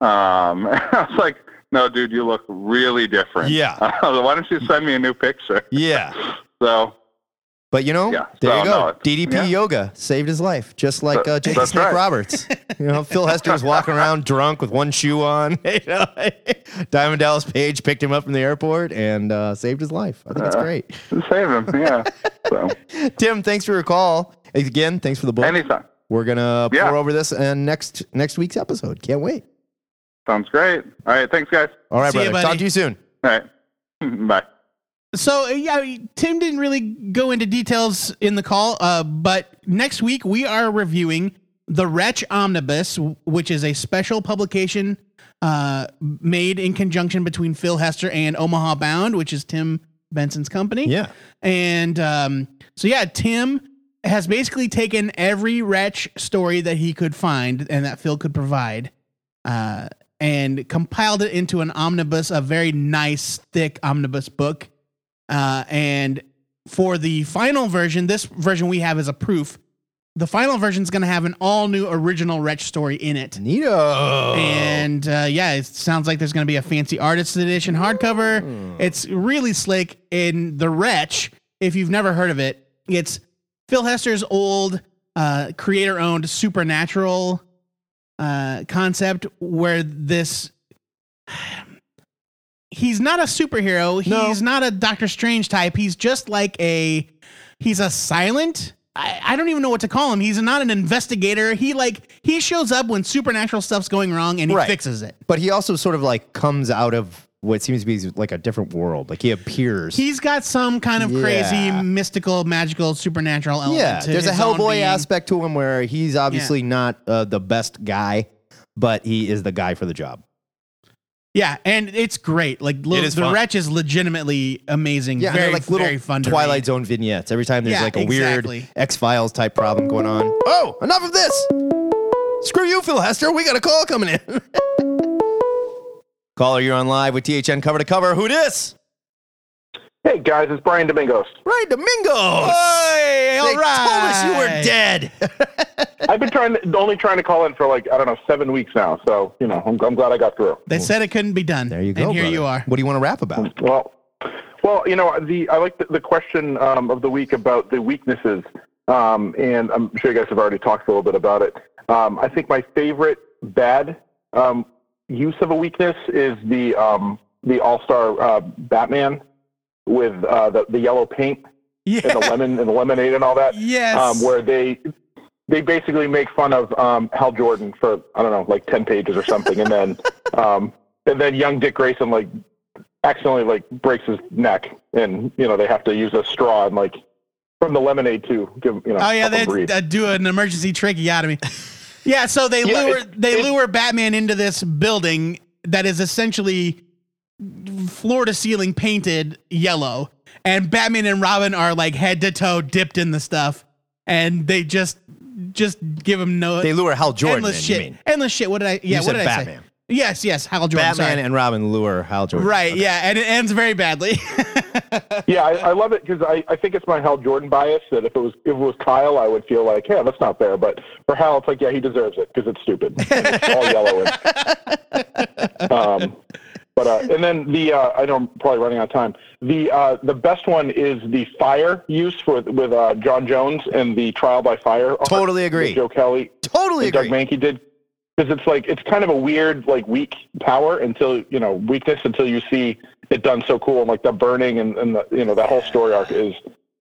K: Um, I was like, no, dude, you look really different.
B: Yeah.
K: Why don't you send me a new picture?
B: yeah.
K: So
B: But you know,
K: Yeah,
B: there
K: so,
B: you go.
K: no, it-
B: DDP
K: yeah.
B: yoga saved his life, just like uh, Jason
K: that's
B: Snake
K: right.
B: Roberts. You know, Phil Hester was walking around drunk with one shoe on. You know? Diamond Dallas Page picked him up from the airport and uh, saved his life. I think it's great.
K: save Uh, him. Yeah. so
B: Tim, thanks for your call. Again, thanks for the book.
K: anytime.
B: We're gonna
K: Yeah.
B: pour over this and next next week's episode. Can't wait.
K: Sounds great. All right. Thanks, guys.
B: All right,
C: See ya,
B: brother.
C: buddy.
B: Talk to you soon.
K: All right. Bye.
C: So uh, yeah, Tim didn't really go into details in the call, uh, but next week we are reviewing the Wretch Omnibus, w- which is a special publication uh, made in conjunction between Phil Hester and Omaha Bound, which is Tim Benson's company.
B: Yeah.
C: And um, so, yeah, Tim has basically taken every wretch story that he could find and that Phil could provide uh, and compiled it into an omnibus, a very nice, thick omnibus book. Uh, and for the final version, this version we have as a proof. The final version is going to have an all new original wretch story in it.
B: Nito.
C: And uh, yeah, it sounds like there's going to be a fancy artist edition hardcover. It's really slick. And The Wretch, if you've never heard of it, it's Phil Hester's old uh, creator owned supernatural uh, concept where this. He's not a superhero. He's not a Doctor Strange type. He's just like a. He's a silent. I, I don't even know what to call him. He's not an investigator. He like he shows up when supernatural stuff's going wrong and he
B: Right.
C: fixes it.
B: but he also sort of like comes out of what seems to be like a different world. Like he appears.
C: He's got some kind of crazy
B: Yeah.
C: mystical, magical, supernatural element.
B: yeah.
C: to
B: There's a
C: his own
B: Hellboy
C: being.
B: aspect to him where he's obviously not uh, the best guy, but he is the guy for the job.
C: Yeah, and it's great. Like
B: It
C: look,
B: is
C: the
B: fun.
C: wretch is legitimately amazing.
B: Yeah, and
C: very
B: they're like little
C: very fun. to
B: Twilight
C: read.
B: Zone vignettes. Every time there's
C: Yeah,
B: like a
C: exactly.
B: weird X Files type problem going on. Oh, enough of this. Screw you, Phil Hester. We got a call coming in. Caller, you're on live with THN cover to cover. Who dis?
G: Hey guys, it's Brian Domingos.
B: Ray Domingos.
C: Hey, all
B: they told us you were
C: right.
B: dead.
G: I've been trying to, only trying to call in for like I don't know seven weeks now, so you know I'm, I'm glad I got through.
C: They said it couldn't be done.
B: there you go.
C: And here
B: brother.
C: you are.
B: What do you want to rap about?
G: Well, well, you know the I like the, the question um, of the week about the weaknesses, um, and I'm sure you guys have already talked a little bit about it. Um, I think my favorite bad um, use of a weakness is the um, the All Star uh, Batman with uh, the the yellow paint
C: Yeah.
G: and the lemon and the lemonade and all that.
C: Yes.
G: um, where they they basically make fun of um, Hal Jordan for I don't know like ten pages or something, and then um, and then young Dick Grayson like accidentally like breaks his neck, and you know they have to use a straw and like
L: from the lemonade too. Give you know.
C: Oh yeah,
L: help 'em
C: they
L: breathe.
C: uh, do an emergency tracheotomy. yeah, so they
L: Yeah,
C: lure
L: it-
C: they
L: it-
C: lure Batman into this building that is essentially floor to ceiling painted yellow, and Batman and Robin are like head to toe dipped in the stuff, and they just just give him no
B: They lure Hal Jordan.
C: endless
B: in,
C: shit,
B: You mean
C: endless shit. What did I? Yeah,
B: You
C: what
B: said
C: did I
B: Batman.
C: say? Yes, yes, Hal Jordan.
B: Batman
C: sorry.
B: and Robin lure Hal Jordan?
C: right, yeah, and it ends very badly.
L: yeah, I, I love it because I, I think it's my Hal Jordan bias that if it was if it was Kyle, I would feel like, yeah, that's not fair. But for Hal, it's like, yeah, he deserves it because it's stupid. And it's all yellow. And, um, but uh, and then the uh, I know I'm probably running out of time. The uh, the best one is the fire use with with uh, John Jones and the trial by fire. arc
B: Totally
L: that
B: agree.
L: Joe Kelly
B: Totally
L: that Doug
B: agree.
L: Mankey did because it's like it's kind of a weird like weak power until you know weakness until you see it done so cool and like the burning and, and the, you know that whole story arc is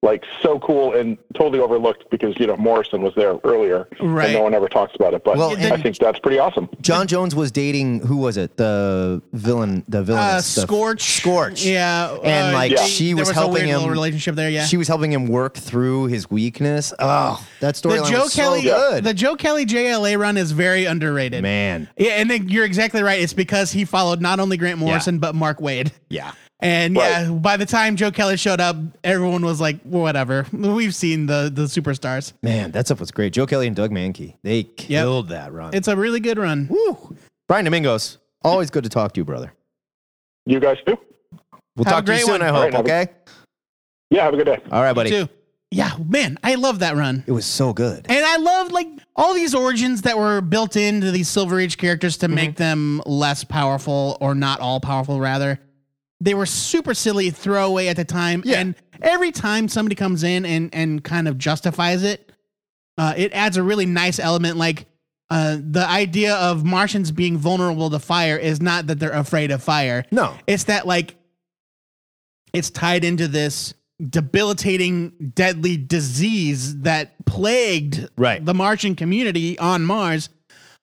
L: like so cool and totally overlooked because you know Morrison was there earlier
C: Right.
L: and no one ever talks about it but
B: Well,
L: I
B: and-
L: think that's pretty awesome
B: John Jones was dating who was it? The villain. The villain.
C: uh, Scorch,
B: Scorch.
C: yeah, uh,
B: And,
L: Uh,
B: like,
C: they-
B: she
C: there
B: was
C: was a
B: helping
C: weird
B: him-
C: little relationship there. Yeah,
B: She was helping him work through his weakness. Oh, that storyline was
C: Kelly,
B: so good.
C: The Joe Kelly JLA run is very underrated.
B: Man,
C: Yeah, and then you're exactly right. It's because he followed not only Grant Morrison but Mark Wade.
B: yeah.
C: And
L: Right.
C: yeah, by the time Joe Kelly showed up, everyone was like, well, "Whatever, we've seen the the superstars."
B: Man, that stuff was great. Joe Kelly and Doug Mankey, they killed that run.
C: It's a really good run.
B: Woo! Brian Domingos, always good to talk to you, brother.
L: you guys too
B: We'll
C: Have a
B: talk to you
C: great
B: soon,
C: one.
B: I
L: All
B: hope,
L: right, have a-
B: okay?
L: yeah have a good day
B: All right, buddy.
C: Too. Yeah, man, I love that run.
B: It was so good.
C: And I love like all these origins that were built into these Silver Age characters to make
B: Mm-hmm.
C: them less powerful or not all powerful rather. They were super silly throwaway at the time.
B: Yeah.
C: And every time somebody comes in and and kind of justifies it, uh, it adds a really nice element like uh, the idea of Martians being vulnerable to fire is not that they're afraid of fire.
B: No.
C: It's that like it's tied into this debilitating, deadly disease that plagued
B: Right.
C: the Martian community on Mars.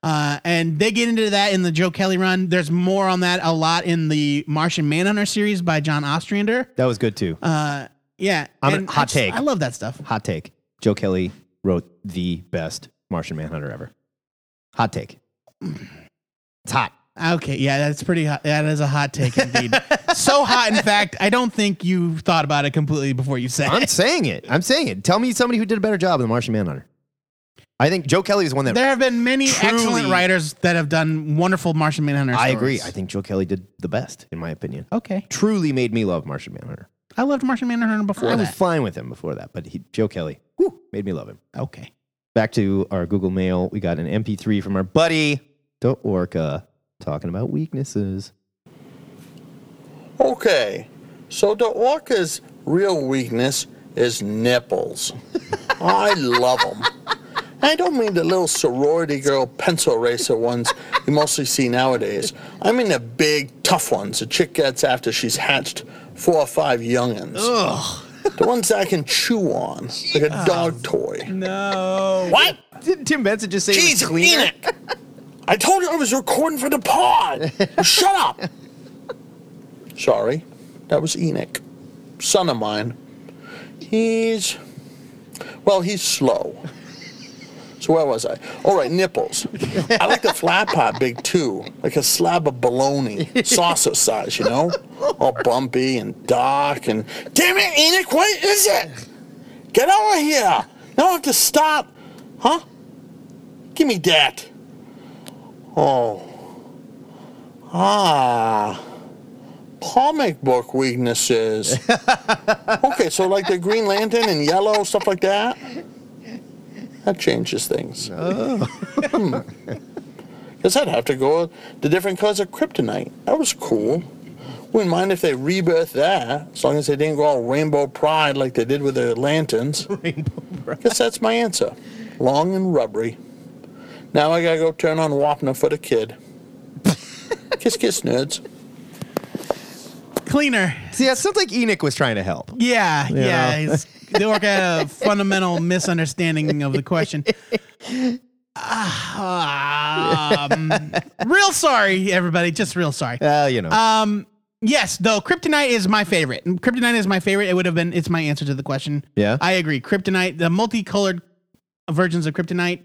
C: Uh, and they get into that in the Joe Kelly run. There's more on that a lot in the Martian Manhunter series by John Ostrander.
B: That was good too.
C: Uh, yeah,
B: I'm an-
C: and I
B: hot
C: just-
B: take.
C: I love that stuff.
B: Hot take. Joe Kelly wrote the best Martian Manhunter ever. Hot take. It's hot.
C: Okay, yeah, that's pretty hot. That is a hot take indeed. so hot, in fact, I don't think you thought about it completely before you said
B: I'm
C: it.
B: saying it. I'm saying it. Tell me somebody who did a better job than Martian Manhunter. I think Joe Kelly is one that
C: There have been many
B: Truly-
C: excellent writers that have done wonderful Martian Manhunter.
B: I
C: stories.
B: agree. I think Joe Kelly did the best, in my opinion.
C: Okay.
B: Truly made me love Martian Manhunter.
C: I loved Martian Manhunter before
B: I was
C: that.
B: fine with him before that, but he, Joe Kelly whew, made me love him.
C: Okay.
B: Back to our Google Mail. We got an MP3 from our buddy, the Orca, talking about weaknesses.
M: Okay, so the orca's real weakness is nipples. I love them. I don't mean the little sorority girl pencil eraser ones you mostly see nowadays. I mean the big, tough ones a chick gets after she's hatched four or five youngins.
D: Oh.
M: Ugh. The ones that I can chew on, like a dog toy.
C: No.
M: What?
B: Didn't Tim Benson just say it was
M: Jesus,
B: cleaner?
M: Enoch! I told you I was recording for the pod. Shut up. Sorry, that was Enoch, son of mine. He's, well, he's slow. So where was I? All right, nipples. I like the flat pot big too, like a slab of bologna, saucer size, you know, all bumpy and dark and. Damn it, Enoch! What is it? Get over here! Now I have to stop, huh? Give me that. Oh. Ah. Comic book weaknesses. okay, so like the Green Lantern and yellow, stuff like that. That changes things. Oh. Because I'd have to go the different colors of kryptonite. That was cool. Wouldn't mind if they rebirth that, as long as they didn't go all rainbow pride like they did with the lanterns. Guess that's my answer. Long and rubbery. Now I gotta go turn on Wapner for the kid. kiss, kiss, nerds.
C: Cleaner.
B: See, that sounds like Enoch was trying to help.
C: Yeah. Yeah.
B: Yeah.
C: he's- They work at a fundamental misunderstanding of the question. Ah, um, real sorry, everybody. Just real sorry.
B: Uh, you know.
C: Um, Yes, though Kryptonite is my favorite. Kryptonite is my favorite. It would have been. It's my answer to the question.
B: Yeah.
C: I agree. Kryptonite, the multicolored versions of Kryptonite.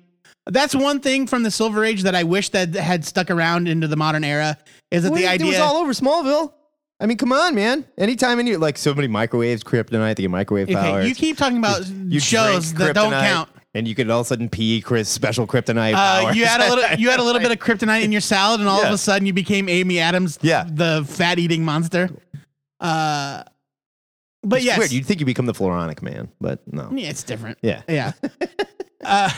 C: That's one thing from the Silver Age that I wish that had stuck around into the modern era. Is that
B: Well,
C: the
B: it-
C: idea?
B: It was all over Smallville. I mean, come on, man. Anytime any like so many microwaves, kryptonite, they get microwave power.
C: okay, you keep talking about
B: You
C: shows
B: drink
C: that don't
B: kryptonite,
C: count.
B: and you could all of a sudden pee Chris special kryptonite
C: Uh,
B: powers.
C: you had a little. You had a little bit of kryptonite in your salad, and all of
B: Yeah.
C: a sudden you became Amy Adams,
B: Yeah.
C: the fat-eating monster. Uh, but
B: It's
C: yes,
B: weird. You'd think you become the Floronic man, but no.
C: Yeah, it's different.
B: Yeah.
C: Yeah. uh,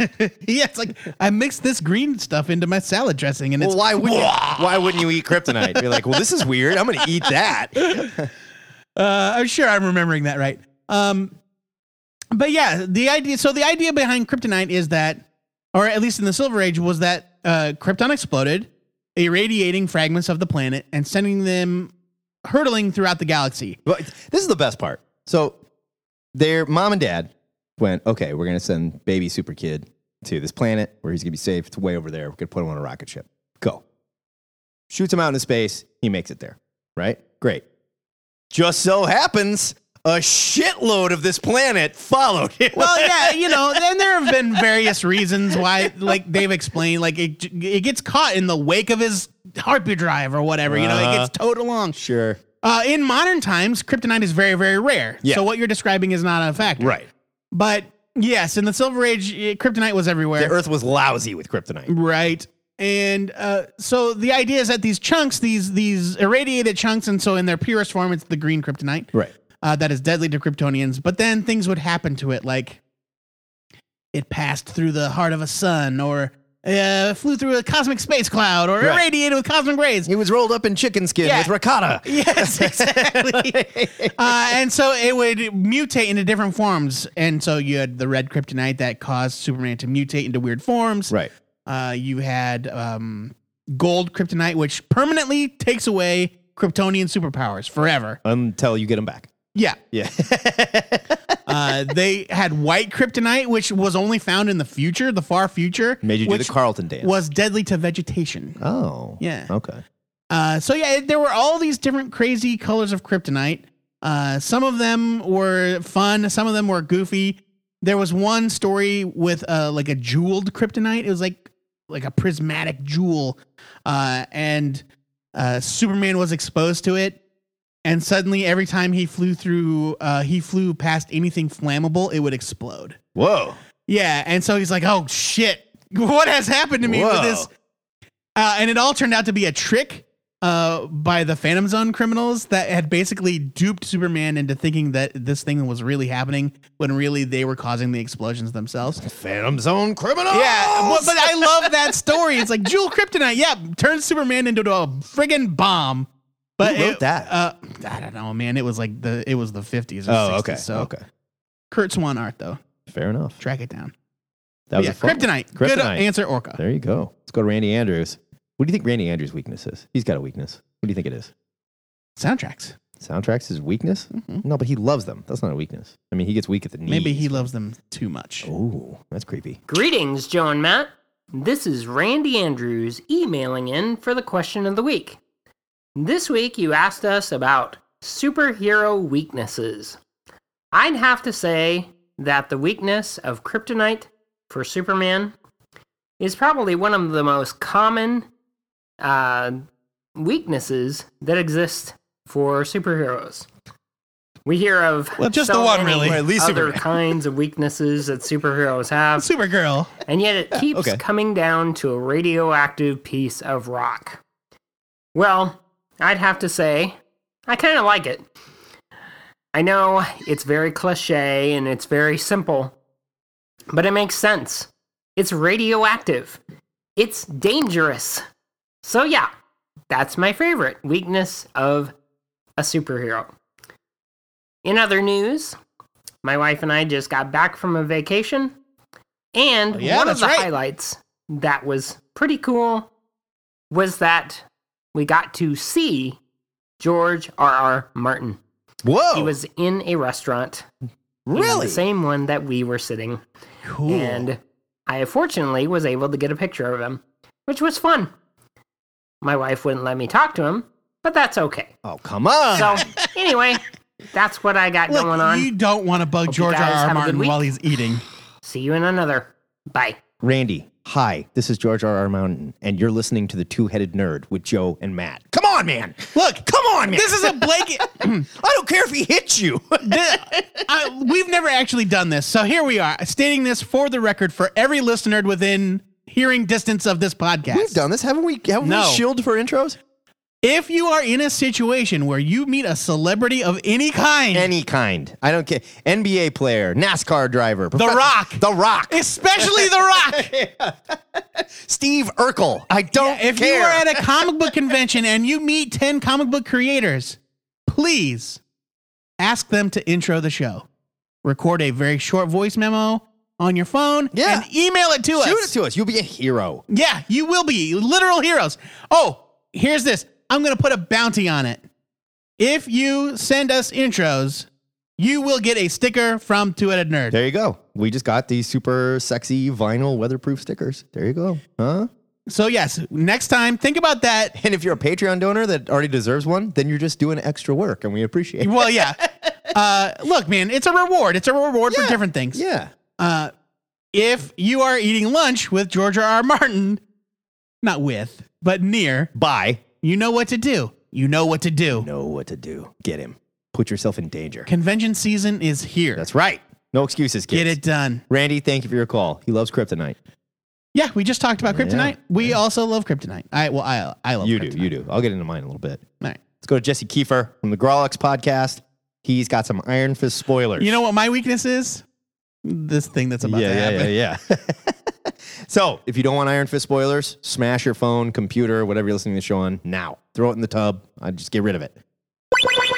C: yeah, it's like I mixed this green stuff into my salad dressing, and it's
B: Well, why wouldn't you, why wouldn't you eat kryptonite? You're like, well, this is weird. I'm going to eat that.
C: Uh, I'm sure I'm remembering that right. Um, but yeah, the idea. So the idea behind kryptonite is that, or at least in the Silver Age, was that uh, krypton exploded, irradiating fragments of the planet and sending them hurtling throughout the galaxy.
B: But this is the best part. So their mom and dad went, okay, we're going to send baby super kid to this planet where he's going to be safe. It's way over there. We're going to put him on a rocket ship. Go. Shoots him out into space. He makes it there. Right? Great. Just so happens a shitload of this planet followed him.
C: Well, yeah, you know, and there have been various reasons why, like they've explained, like it it gets caught in the wake of his harpy drive or whatever. You know, it
B: Uh-huh.
C: gets towed along.
B: Sure.
C: Uh, in modern times, kryptonite is very, very rare.
B: Yeah.
C: So what you're describing is not a factor.
B: Right.
C: But yes, in the Silver Age, eh, kryptonite was everywhere.
B: The Earth was lousy with kryptonite.
C: Right. And uh, so the idea is that these chunks, these these irradiated chunks, and so in their purest form, it's the green kryptonite
B: Right.
C: uh, that is deadly to Kryptonians. But then things would happen to it, like it passed through the heart of a sun, or uh, flew through a cosmic space cloud, or
B: Right.
C: irradiated with cosmic rays.
B: He was rolled up in chicken skin
C: Yeah.
B: with ricotta.
C: Yes, exactly. uh, and so it would mutate into different forms. And so you had the red kryptonite that caused Superman to mutate into weird forms.
B: Right.
C: Uh, you had um, gold kryptonite, which permanently takes away Kryptonian superpowers forever.
B: Until you get him back.
C: Yeah.
B: Yeah.
C: Uh, they had white kryptonite, which was only found in the future, the far future.
B: Made you do the
C: which
B: Carlton dance.
C: Was deadly to vegetation.
B: oh.
C: Yeah.
B: Okay.
C: Uh, so yeah, there were all these different crazy colors of kryptonite. Uh, some of them were fun. Some of them were goofy. There was one story with uh, like a jeweled kryptonite. It was like like a prismatic jewel, uh, and uh, Superman was exposed to it. And suddenly, every time he flew through, uh, he flew past anything flammable, it would explode.
B: Whoa.
C: Yeah, and so he's like, "Oh shit, what has happened to me
B: Whoa.
C: with this?" Uh, and it all turned out to be a trick uh, by the Phantom Zone criminals that had basically duped Superman into thinking that this thing was really happening when really they were causing the explosions themselves.
B: Phantom Zone criminal.
C: Yeah, well, but I love that story. It's like Jewel Kryptonite. Yeah, turns Superman into a friggin' bomb. But
B: Who wrote
C: it-
B: that?
C: Uh, I don't know, man. It was like the it was the fifties.
B: Oh, okay.
C: So
B: Okay.
C: Kurt Swan art though.
B: Fair enough.
C: Track it down.
B: That was
C: yeah,
B: a fun one.
C: kryptonite. Good
B: Kryptonite.
C: answer, Orca.
B: There you go. Let's go to Randy Andrews. What do you think Randy Andrews' weakness is? He's got a weakness. What do you think it is?
C: Soundtracks.
B: Soundtracks is weakness?
C: Mhm.
B: No, but he loves them. That's not a weakness. I mean, he gets weak at the knees.
C: Maybe he loves them too much.
B: Oh, that's creepy.
N: Greetings, Joe and Matt. This is Randy Andrews emailing in for the question of the week. This week you asked us about superhero weaknesses. I'd have to say that the weakness of kryptonite for Superman is probably one of the most common uh, weaknesses that exist for superheroes. We hear of
C: Well, just
N: so
C: the one,
N: many
C: really. Or at least
N: other
C: Superman.
N: kinds of weaknesses that superheroes have.
C: Supergirl.
N: And yet it keeps
B: okay.
N: coming down to a radioactive piece of rock. Well, I'd have to say, I kind of like it. I know it's very cliche and it's very simple, but it makes sense. It's radioactive, it's dangerous. So, yeah, that's my favorite weakness of a superhero. In other news, my wife and I just got back from a vacation, and
C: Oh, yeah,
N: one of
C: that's
N: the
C: right.
N: highlights that was pretty cool was that we got to see George R. R. Martin.
B: Whoa.
N: He was in a restaurant, It was
B: really?
N: the same one that we were sitting,
C: Cool.
N: and I fortunately was able to get a picture of him, which was fun. My wife wouldn't let me talk to him, but that's okay.
B: Oh, come on.
N: So anyway, that's what I got
C: Look,
N: going on.
C: you don't want to bug
N: Hope you
C: George R.
N: guys have a
C: R.
N: good
C: Martin
N: week.
C: while he's eating.
N: See you in another. Bye.
B: Randy, hi. This is George R. R. Mountain, and you're listening to the Two Headed Nerd with Joe and Matt. Come on, man. Look, come on, man.
C: This is a blanket.
B: I don't care if he hits you.
C: The- I- we've never actually done this, so here we are, stating this for the record for every listener within hearing distance of this podcast.
B: We've done this, haven't we? Haven't
C: No.
B: we shielded for intros?
C: If you are in a situation where you meet a celebrity of any kind,
B: Any kind. I don't care. NBA player, NASCAR driver,
C: The
B: profe-
C: Rock.
B: The Rock,
C: especially The Rock.
B: Steve Urkel. I don't
C: if
B: care.
C: you are at a comic book convention and you meet 10 comic book creators, please ask them to intro the show. Record a very short voice memo on your phone
B: Yeah.
C: and email it to us.
B: Shoot it to us. You'll be a hero.
C: Yeah, you will be literal heroes. Oh, here's this. I'm going to put a bounty on it. If you send us intros, you will get a sticker from Two Headed Nerd.
B: There you go. We just got these super sexy vinyl weatherproof stickers. There you go. Huh?
C: So, yes, next time, think about that.
B: And if you're a Patreon donor that already deserves one, then you're just doing extra work and we appreciate it.
C: Well, yeah. Uh, look, man, it's a reward. It's a reward for different things.
B: Yeah.
C: Uh, if you are eating lunch with George R. R. Martin, not with, but near,
B: Bye.
C: you know what to do. You know what to do.
B: Know what to do. Get him. Put yourself in danger.
C: Convention season is here.
B: That's right. No excuses, kids.
C: Get it done.
B: Randy, thank you for your call. He loves kryptonite.
C: Yeah, we just talked about
B: Yeah.
C: kryptonite. We also love kryptonite. I well, I I love
B: you
C: kryptonite.
B: do. You do. I'll get into mine in a little bit.
C: All right.
B: Let's go to Jesse Kiefer from the Grolix podcast. He's got some Iron Fist spoilers.
C: You know what my weakness is? This thing that's about
B: yeah,
C: to
B: yeah,
C: happen.
B: yeah, yeah. so, if you don't want Iron Fist spoilers, smash your phone, computer, whatever you're listening to the show on now. Throw it in the tub. I just get rid of it.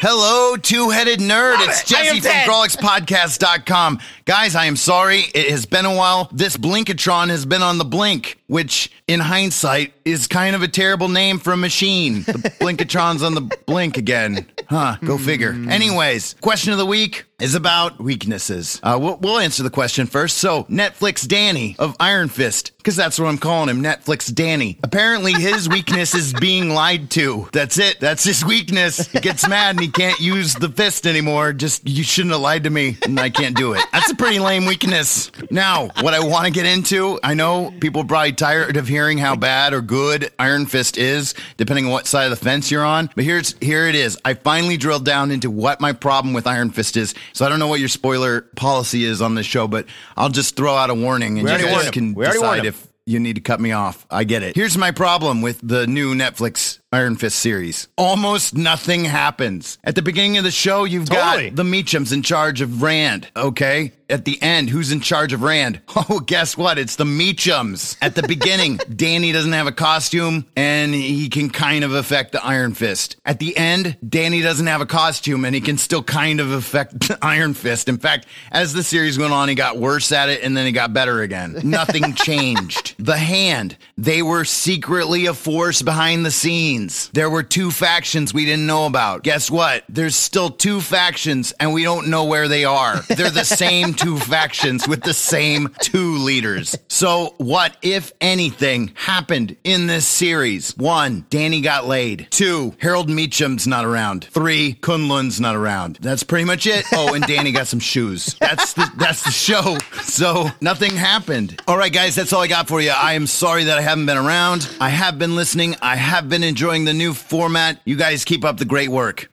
O: Hello, two-headed nerd. it's Jesse from GrolixPodcast.com. Guys, I am sorry. It has been a while. This Blinkatron has been on the Blink, which in hindsight is kind of a terrible name for a machine. The Blinkatron's on the Blink again. Huh, go figure.
B: Hmm.
O: Anyways, question of the week is about weaknesses. Uh, we'll, we'll answer the question first. So, Netflix Danny of Iron Fist, because that's what I'm calling him, Netflix Danny. Apparently, his weakness is being lied to. That's it. That's his weakness. He gets mad and he can't use the fist anymore. Just, you shouldn't have lied to me, and I can't do it. That's a pretty lame weakness. Now, what I want to get into, I know people are probably tired of hearing how bad or good Iron Fist is, depending on what side of the fence you're on. But here's here it is. I finally drilled down into what my problem with Iron Fist is. So I don't know what your spoiler policy is on this show, but I'll just throw out a warning and
B: We
O: you
B: already warned
O: guys
B: him.
O: can
B: We already warned
O: decide
B: him.
O: if you need to cut me off. I get it. Here's my problem with the new Netflix Iron Fist series. Almost nothing happens. At the beginning of the show, you've
B: Totally.
O: got the Meachums in charge of Rand, okay? At the end, who's in charge of Rand? Oh, guess what? It's the Meachums. At the beginning, Danny doesn't have a costume and he can kind of affect the Iron Fist. At the end, Danny doesn't have a costume and he can still kind of affect Iron Fist. In fact, as the series went on, he got worse at it and then he got better again. Nothing changed. The hand, they were secretly a force behind the scenes. There were two factions we didn't know about. Guess what? There's still two factions and we don't know where they are. They're the same two factions with the same two leaders. So, what, if anything, happened in this series? One, Danny got laid. Two, Harold Meacham's not around. Three, Kunlun's not around. That's pretty much it. Oh, and Danny got some shoes. That's the, that's the show. So nothing happened. All right, guys, that's all I got for you. I am sorry that I haven't been around. I have been listening. I have been enjoying the new format. You guys keep up the great work.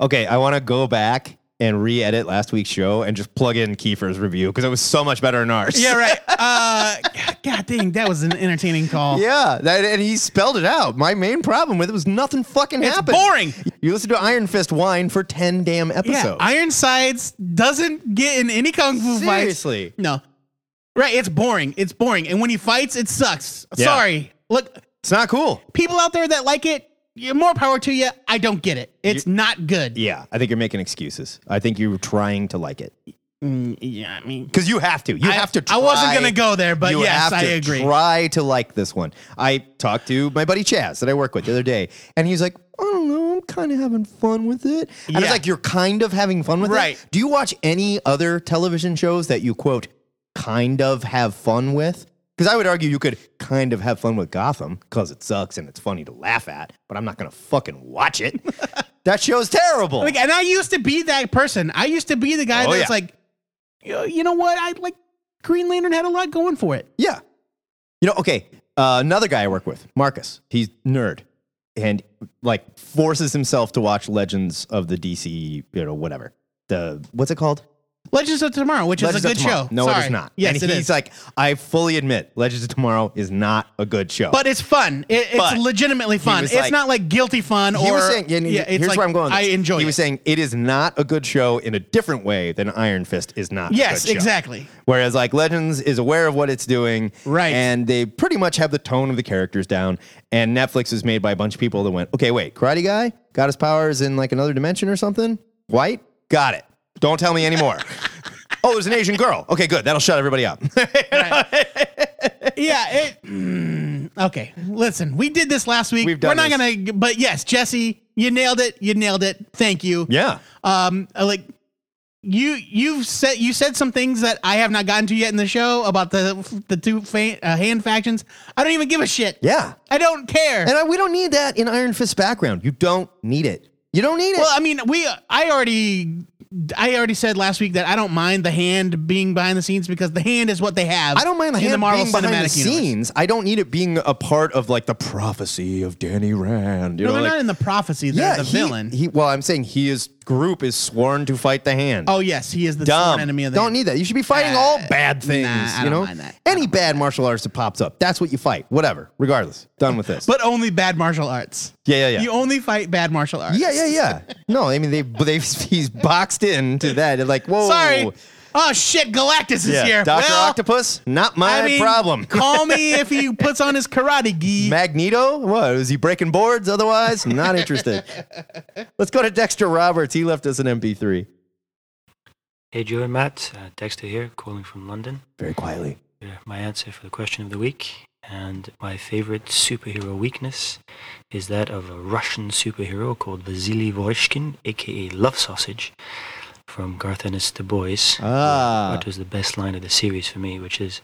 B: Okay, I want to go back and re-edit last week's show and just plug in Kiefer's review because it was so much better than ours.
C: Yeah, right. Uh, God dang, that was an entertaining call.
B: Yeah, that, and he spelled it out. My main problem with it was nothing fucking
C: It's
B: happened.
C: boring.
B: You listen to Iron Fist whine for ten damn
C: Yeah,
B: episodes.
C: Ironsides doesn't get in any kung fu fights.
B: Seriously.
C: No, right? It's boring. It's boring, and when he fights, it sucks.
B: Yeah.
C: Sorry. Look,
B: It's not cool.
C: people out there that like it, yeah, more power to you. I don't get it. It's not good.
B: Yeah, I think you're making excuses. I think you're trying to like it
C: Mm, yeah, I mean,
B: because you have to. You
C: I-
B: have to. Try.
C: I wasn't gonna go there, but
B: you
C: yes,
B: have
C: I
B: to
C: agree.
B: Try to like this one. I talked to my buddy Chaz that I work with the other day, and he's like, "Oh, "I don't know, I'm kind of having fun with it." And
C: Yeah.
B: it's like you're kind of having fun with it.
C: Right.
B: Do you watch any other television shows that you quote kind of have fun with? Because I would argue you could kind of have fun with Gotham because it sucks and it's funny to laugh at, but I'm not going to fucking watch it. that show's terrible.
C: Like, and I used to be that person. I used to be the guy
B: Oh,
C: that's
B: yeah.
C: like, "Yo, you know what? I like Green Lantern had a lot going for it.
B: Yeah. You know, okay, uh, another guy I work with, Marcus, he's nerd and like forces himself to watch Legends of the DC, you know, whatever. The what's it called?
C: Legends of Tomorrow, which is
B: Legends of
C: a good
B: Tomorrow.
C: show.
B: No, it
C: Sorry.
B: is not.
C: Yes,
B: and
C: it
B: he's
C: is.
B: like, I fully admit, Legends of Tomorrow is not a good show.
C: but it's fun. It, it's
B: Oh. But
C: legitimately
B: he
C: fun.
B: was
C: It's
B: like-
C: not like guilty fun or
B: he was saying, and
C: yeah. It's
B: here's
C: like,
B: where I'm going. with
C: I
B: this.
C: enjoy.
B: He
C: it.
B: was saying it is not a good show in a different way than Iron Fist is not. a
C: Yes,
B: good show.
C: exactly.
B: Whereas like Legends is aware of what it's doing, right? And they pretty much have the tone of the characters down. And Netflix is made by a bunch of people that went, okay, wait, Karate Guy got his powers in like another dimension or something. White, got it. Don't tell me anymore. oh, there's an Asian girl. Okay, good. That'll shut everybody up.
C: yeah. It, Mm, okay. Listen, we did this last week. We've
B: done
C: We're not
B: this.
C: gonna. But yes, Jesse, you nailed it. You nailed it. Thank you.
B: Yeah.
C: Um, I like you, you've said you said some things that I have not gotten to yet in the show about the the two fa- uh, hand factions. I don't even give a shit.
B: Yeah.
C: I don't care. And
B: I, we don't need that in Iron Fist background. You don't need it. You don't need it.
C: Well, I mean, we I already I already said last week that I don't mind the hand being behind the scenes because the hand is what they have.
B: I don't mind the
C: in
B: hand
C: the Marvel
B: being
C: Cinematic
B: behind the
C: Universe.
B: scenes. I don't need it being a part of like the prophecy of Danny Rand. You
C: no,
B: know,
C: they're
B: like,
C: not in the prophecy. They're the
B: he-
C: villain.
B: He, well, I'm saying he is group is sworn to fight the hand.
C: Oh yes, he is the
B: Dumb.
C: sworn enemy of the. Uh,
B: don't need that. You should be fighting all bad things.
C: I
B: you
C: don't
B: know,
C: mind that.
B: any bad martial arts that pops up, that's what you fight. Whatever. Regardless, done with this.
C: But only bad martial arts.
B: yeah, yeah, yeah.
C: You only fight bad martial arts.
B: yeah, yeah, yeah. No, I mean they they he's boxed into that. They're like, whoa.
C: Sorry. Oh shit, Galactus is
B: Yeah,
C: here.
B: Dr.
C: Well,
B: Octopus, not my
C: I mean,
B: problem.
C: call me if he puts on his karate gi.
B: Magneto? What? Is he breaking boards otherwise? Not interested. Let's go to Dexter Roberts. He left us an MP3.
P: Hey, Joe and Matt, uh, Dexter here, calling from London.
B: Very quietly.
P: My answer for the question of the week, and my favorite superhero weakness, is that of a Russian superhero called Vasily Voishkin, aka Love Sausage, from Garth Ennis' The Boys. Ah. What was the best line of the series for me, which is,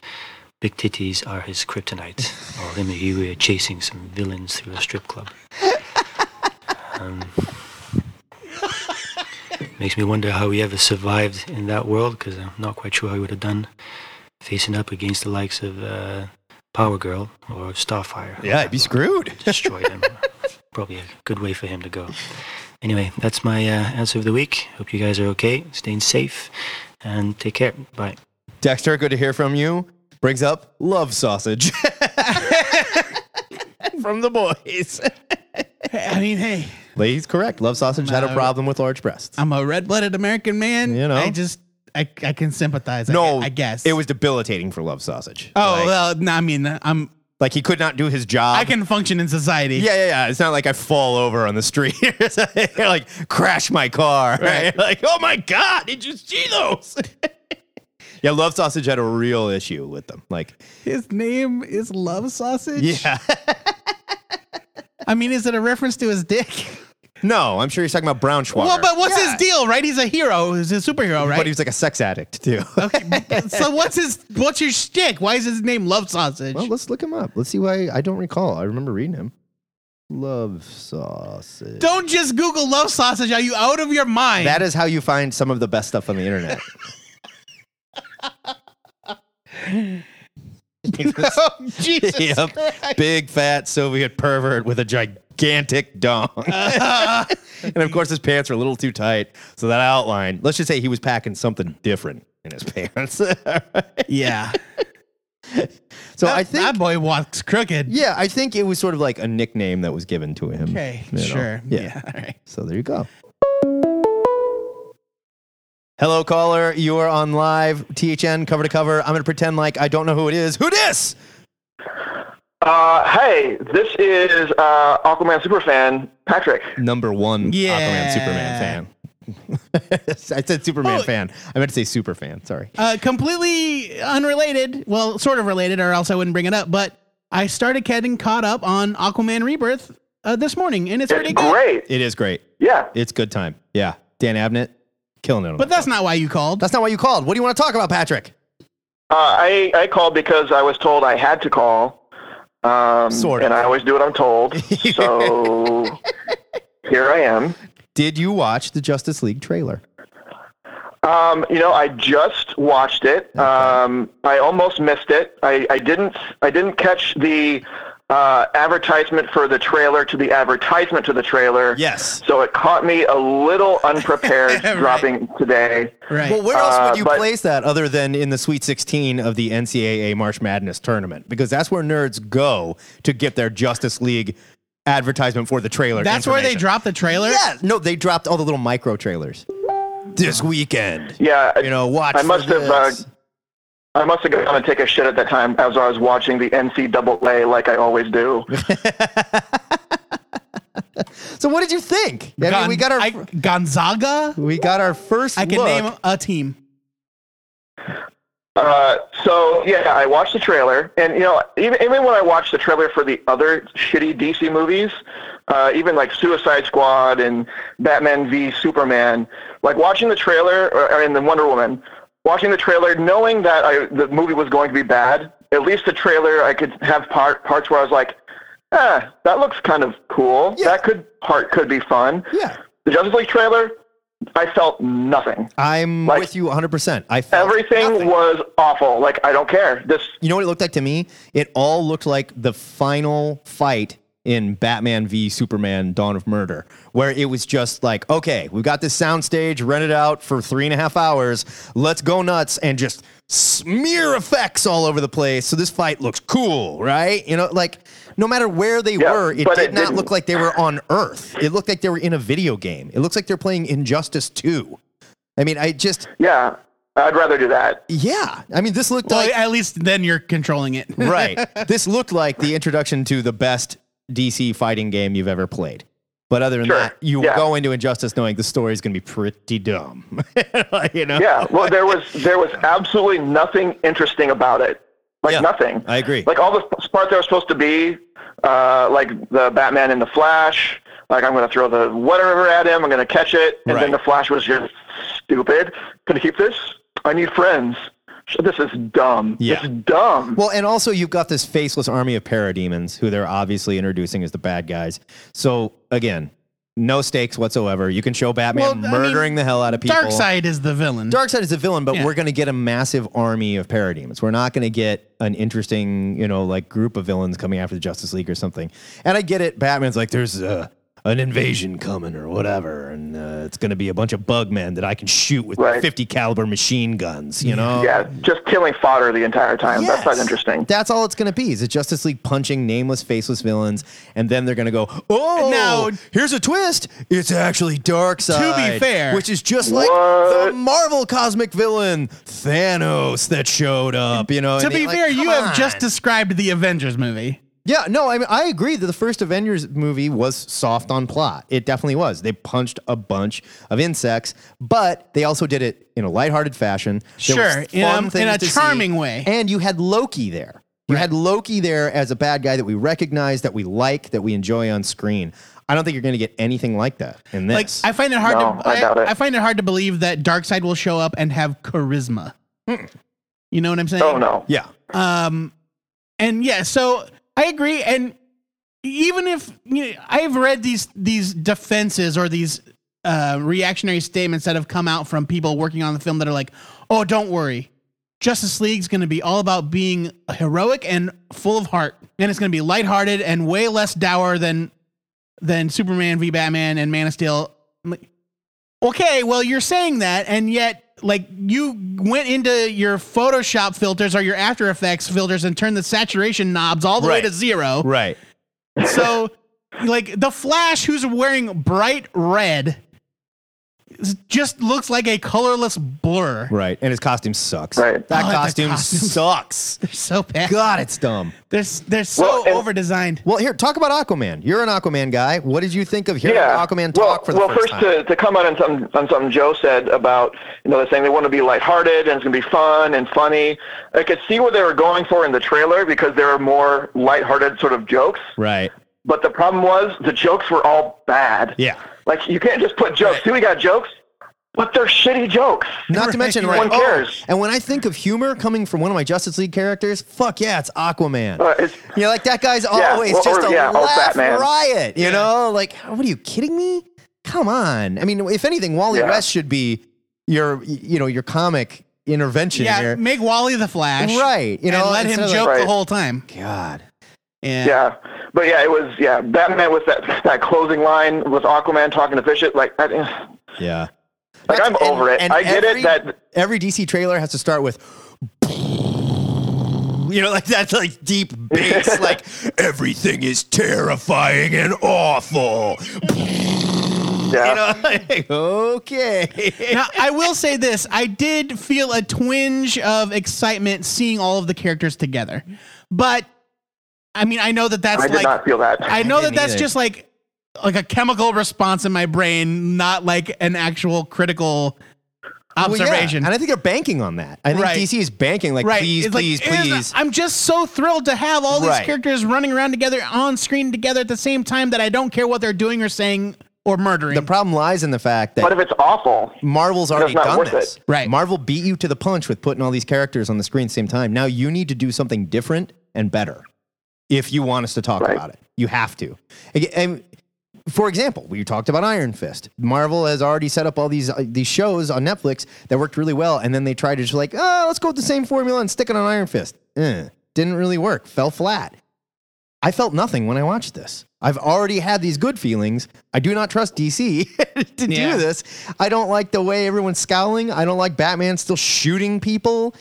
P: Big titties are his kryptonite. While him and Huey are chasing some villains through a strip club. Um, makes me wonder how he ever survived in that world because I'm not quite sure how he would have done facing up against the likes of uh, Power Girl or Starfire.
B: Yeah, he'd be screwed.
P: Destroyed him. Probably a good way for him to go. Anyway, that's my uh, answer of the week. Hope you guys are okay, staying safe, and take care. Bye.
B: Dexter, good to hear from you. Brings up love sausage. From the boys.
C: I mean, hey,
B: He's correct. Love sausage had a
C: No.
B: problem with large breasts.
C: I'm a red-blooded American man. You
B: know.
C: I just I, I can sympathize. I
B: No,
C: gue- I, guess.
B: It was debilitating for love sausage.
C: Oh well, no, I mean, I'm
B: like he could not do his job.
C: I can function in society.
B: Yeah, yeah, yeah. It's not like I fall over on the street. They're like crash my car.
C: Right.
B: Like, oh my god, did you see those? yeah, love sausage had a real issue with them. Like,
C: His name is Love Sausage.
B: yeah.
C: I mean, is it a reference to his dick?
B: No, I'm sure he's talking about Brown Schwager.
C: Well, but what's his deal, right? He's a hero. He's a superhero, right?
B: But he was like a sex addict too.
C: so what's his what's your shtick? Why is his name Love Sausage?
B: Well, let's look him up. Let's see why I don't recall. I remember reading him. Love sausage.
C: Don't just Google Love Sausage. Are you out of your mind?
B: That is how you find some of the best stuff on the internet.
C: oh, Jesus
B: Yep.
C: Christ.
B: Big fat Soviet pervert with a gigantic dong. and of course, his pants were a little too tight. So that outline, let's just say he was packing something different in his pants.
C: yeah.
B: So I think that
C: boy walks crooked.
B: Yeah, I think it was sort of like a nickname that was given to him.
C: Okay,
B: you know?
C: sure.
B: Yeah.
C: Yeah, all right.
B: So there you go. Hello, caller. You are on live THN cover to cover. I'm going to pretend like I don't know who it is. Who dis?
G: Uh, hey, this is uh, Aquaman superfan Patrick.
B: Number one
G: Yeah.
B: Aquaman Superman fan. I said
C: Oh.
B: Superman fan. I meant to say super fan. Sorry.
C: Uh, completely unrelated. Well, sort of related, or else I wouldn't bring it up. But I started getting caught up on Aquaman Rebirth uh, this morning, and it's, pretty good.
B: It is great.
G: Yeah.
B: It's good time. Yeah. Dan Abnett, killing it. on
C: But that's not why you called.
B: That's not why you called. What do you want to talk about, Patrick?
G: Uh, I, I called because I was told I had to call Um,
B: Sort
G: And I always do what I'm told. So here I am.
B: Did you watch the Justice League trailer?
G: Um, you know, I just watched it. Um, I almost missed it. I, I didn't. I didn't catch the uh, advertisement for the trailer to the advertisement to the trailer.
B: Yes.
G: So it caught me a little unprepared dropping today.
B: Well, where else
G: Uh,
B: would you
G: but-
B: place that other than in the Sweet 16 of the NCAA March Madness tournament? Because that's where nerds go to get their Justice League advertisement for the trailer.
C: That's where they dropped the trailer.
B: Yeah. No, they dropped all the little micro trailers this weekend.
G: Yeah,
B: you know, watch.
G: I
B: for
G: must have. Uh,
B: this.
G: I must have gone and take a shit at that time as I was watching the NCAA, like I always do.
B: so, what did you think? I mean, we got our
C: Gonzaga.
B: We got our first.
C: I can
B: look.
C: name a team.
G: Uh, so yeah, I watched the trailer, and you know, even even when I watched the trailer for the other shitty DC movies, uh, even like Suicide Squad and Batman v Superman, like watching the trailer, or, or in the Wonder Woman, watching the trailer, knowing that I, the movie was going to be bad. At least the trailer, I could have part parts where I was like, ah, that looks kind of cool. That could part could be fun.
B: Yeah.
G: The Justice League trailer, I felt nothing.
B: I'm with you 100%. I felt
G: Everything was awful. Like I don't care. This
B: You know what it looked like to me? It all looked like the final fight in Batman v Superman Dawn of Murder, where it was just like, okay, we've got this soundstage rented out for three and a half hours. Let's go nuts and just smear effects all over the place. So this fight looks cool, right? You know, like no matter where they were, it
G: but
B: did
G: it
B: not
G: didn't.
B: look like they were on Earth. It looked like they were in a video game. It looks like they're playing Injustice 2. I mean, I just.
G: Yeah, I'd rather do that.
B: Yeah. I mean, this looked
C: Well,
B: like.
C: at least then you're controlling it.
B: right. This looked like the introduction to the best DC fighting game you've ever played. But other than that, you go into Injustice knowing the story is going to be pretty dumb. you know?
G: Yeah. Well, there was there was absolutely nothing interesting about it. Like nothing.
B: I agree.
G: Like all the sp- parts that were supposed to be, uh, like the Batman and the Flash. Like I'm going to throw the whatever at him. I'm going to catch it, and then the Flash was just stupid. Can I keep this? I need friends. This is dumb.
B: Yeah.
G: This is dumb.
B: Well, and also you've got this faceless army of parademons who they're obviously introducing as the bad guys. So again, no stakes whatsoever. You can show Batman
C: Well, I mean,
B: murdering the hell out of people.
C: Dark Side is the villain.
B: Darkseid is a villain, but we're going to get a massive army of parademons. We're not going to get an interesting, you know, like group of villains coming after the Justice League or something. And I get it. Batman's like, there's a, an invasion coming or whatever, and uh, it's going to be a bunch of bug men that I can shoot with
G: Right.
B: 50 caliber machine guns, you know?
G: Yeah, just killing fodder the entire time. That's not
B: Yes.
G: interesting.
B: That's all it's going to be is a Justice League punching nameless, faceless villains, and then they're going to go, oh,
C: Now-
B: here's a twist. It's actually Darkseid.
C: To be fair-
B: Which is just like the Marvel cosmic villain, Thanos, that showed up, you know?
C: to
B: and they,
C: be
B: like,
C: fair, you
B: come
C: have just
B: on.
C: described the Avengers movie.
B: Yeah, no, I mean, I agree that the first Avengers movie was soft on plot. It definitely was. They punched a bunch of insects, but they also did it in a lighthearted fashion. There was
C: Sure, in
B: fun
C: a- in
B: things
C: a
B: to see.
C: charming way.
B: And you had Loki there. You had Loki there as a bad guy that we recognize, that we like, that we enjoy on screen. I don't think you're going to get anything like that in
C: Like
B: this.
C: I find it hard
B: No,
C: to
B: I doubt
C: I,
B: it.
C: I find it hard to believe that Darkseid will show up and have charisma.
B: Mm.
C: You know what I'm saying? Oh
G: no.
B: Yeah.
C: Um, and yeah, so I agree. And even if you know, I've read these these defenses or these uh, reactionary statements that have come out from people working on the film that are like, "Oh, don't worry, Justice League's going to be all about being heroic and full of heart, and it's going to be lighthearted and way less dour than than Superman v Batman and Man of Steel." I'm like, Okay, well, you're saying that, and yet, like, you went into your Photoshop filters or your After Effects filters and turned the saturation knobs all the way
B: Right.
C: to zero.
B: Right.
C: So, like, the Flash, who's wearing bright red, s- just looks like a colorless blur.
B: right. And his costume sucks.
G: Right.
B: That
C: Oh, the
B: costume
C: costumes.
B: sucks.
C: They're so bad.
B: God, it's dumb.
C: They're, s- they're so over designed.
B: Well, here, talk about Aquaman. You're an Aquaman guy. What did you think of hearing Aquaman talk for the
G: well,
B: first, time?
G: to, to come on something on something Joe said about you know they're saying they want to be lighthearted and it's going to be fun and funny. I could see what they were going for in the trailer because there are more lighthearted sort of jokes.
B: Right.
G: But the problem was the jokes were all bad.
B: Yeah.
G: Like you can't just put jokes. See, we got jokes.
D: But they're shitty jokes.
B: Not to mention,
D: no
B: right?
D: one
B: oh,
D: cares.
B: and when I think of humor coming from one of my Justice League characters, fuck yeah, it's Aquaman. you know, like that guy's
D: Yeah,
B: always
D: or-
B: just
D: or-
B: a
D: yeah, or
B: laugh
D: Batman.
B: riot. You
D: Yeah.
B: know, like what are you kidding me? Come on. I mean, if anything, Wally
C: Yeah.
B: West should be your you know your comic intervention
C: yeah,
B: here.
C: make Wally the Flash,
B: Right, you know,
C: and let him
B: instead of
C: joke
B: like-
C: the whole time.
B: God.
C: Yeah.
L: Yeah.
G: But yeah, it was yeah. Batman with that that closing line with Aquaman talking to Bishop, like I,
B: Yeah.
G: like I'm over it.
B: And
G: I get
B: every-
G: it that
B: every DC trailer has to start with you know, like that's like deep bass, like everything is terrifying and awful. You know, like, okay.
C: now I will say this: I did feel a twinge of excitement seeing all of the characters together, but I mean, I know that that's
G: I did
C: like
G: not feel that.
C: I know
G: I
C: that
G: didn't
C: that's
G: either.
C: just like like a chemical response in my brain, not like an actual critical
B: Well, yeah,
C: observation.
B: And I think they're banking on that. I think
C: Right.
B: DC is banking like
C: right?
B: please,
C: It's like,
B: please,
C: "Isn't-
B: please.
C: I'm just so thrilled to have all these
B: Right.
C: characters running around together on screen together at the same time that I don't care what they're doing or saying or murdering.
B: The problem lies in the fact that
C: What
G: if it's awful?
B: Marvel's
C: That's
B: already
C: not
B: done
C: worth
B: this.
C: it. Right.
B: Marvel beat you to the punch with putting all these characters on the screen at the same time. Now you need to do something different and better if you want us to talk about it. You have to. Ag- And for example, we talked about Iron Fist. Marvel has already set up all these uh, these shows on Netflix that worked really well, and then they tried to just like, oh, let's go with the same formula and stick it on Iron Fist. Eh, didn't really work. Fell flat. I felt nothing when I watched this. I've already had these good feelings. I do not trust DC to do this. I don't like the way everyone's scowling. I don't like Batman still shooting people.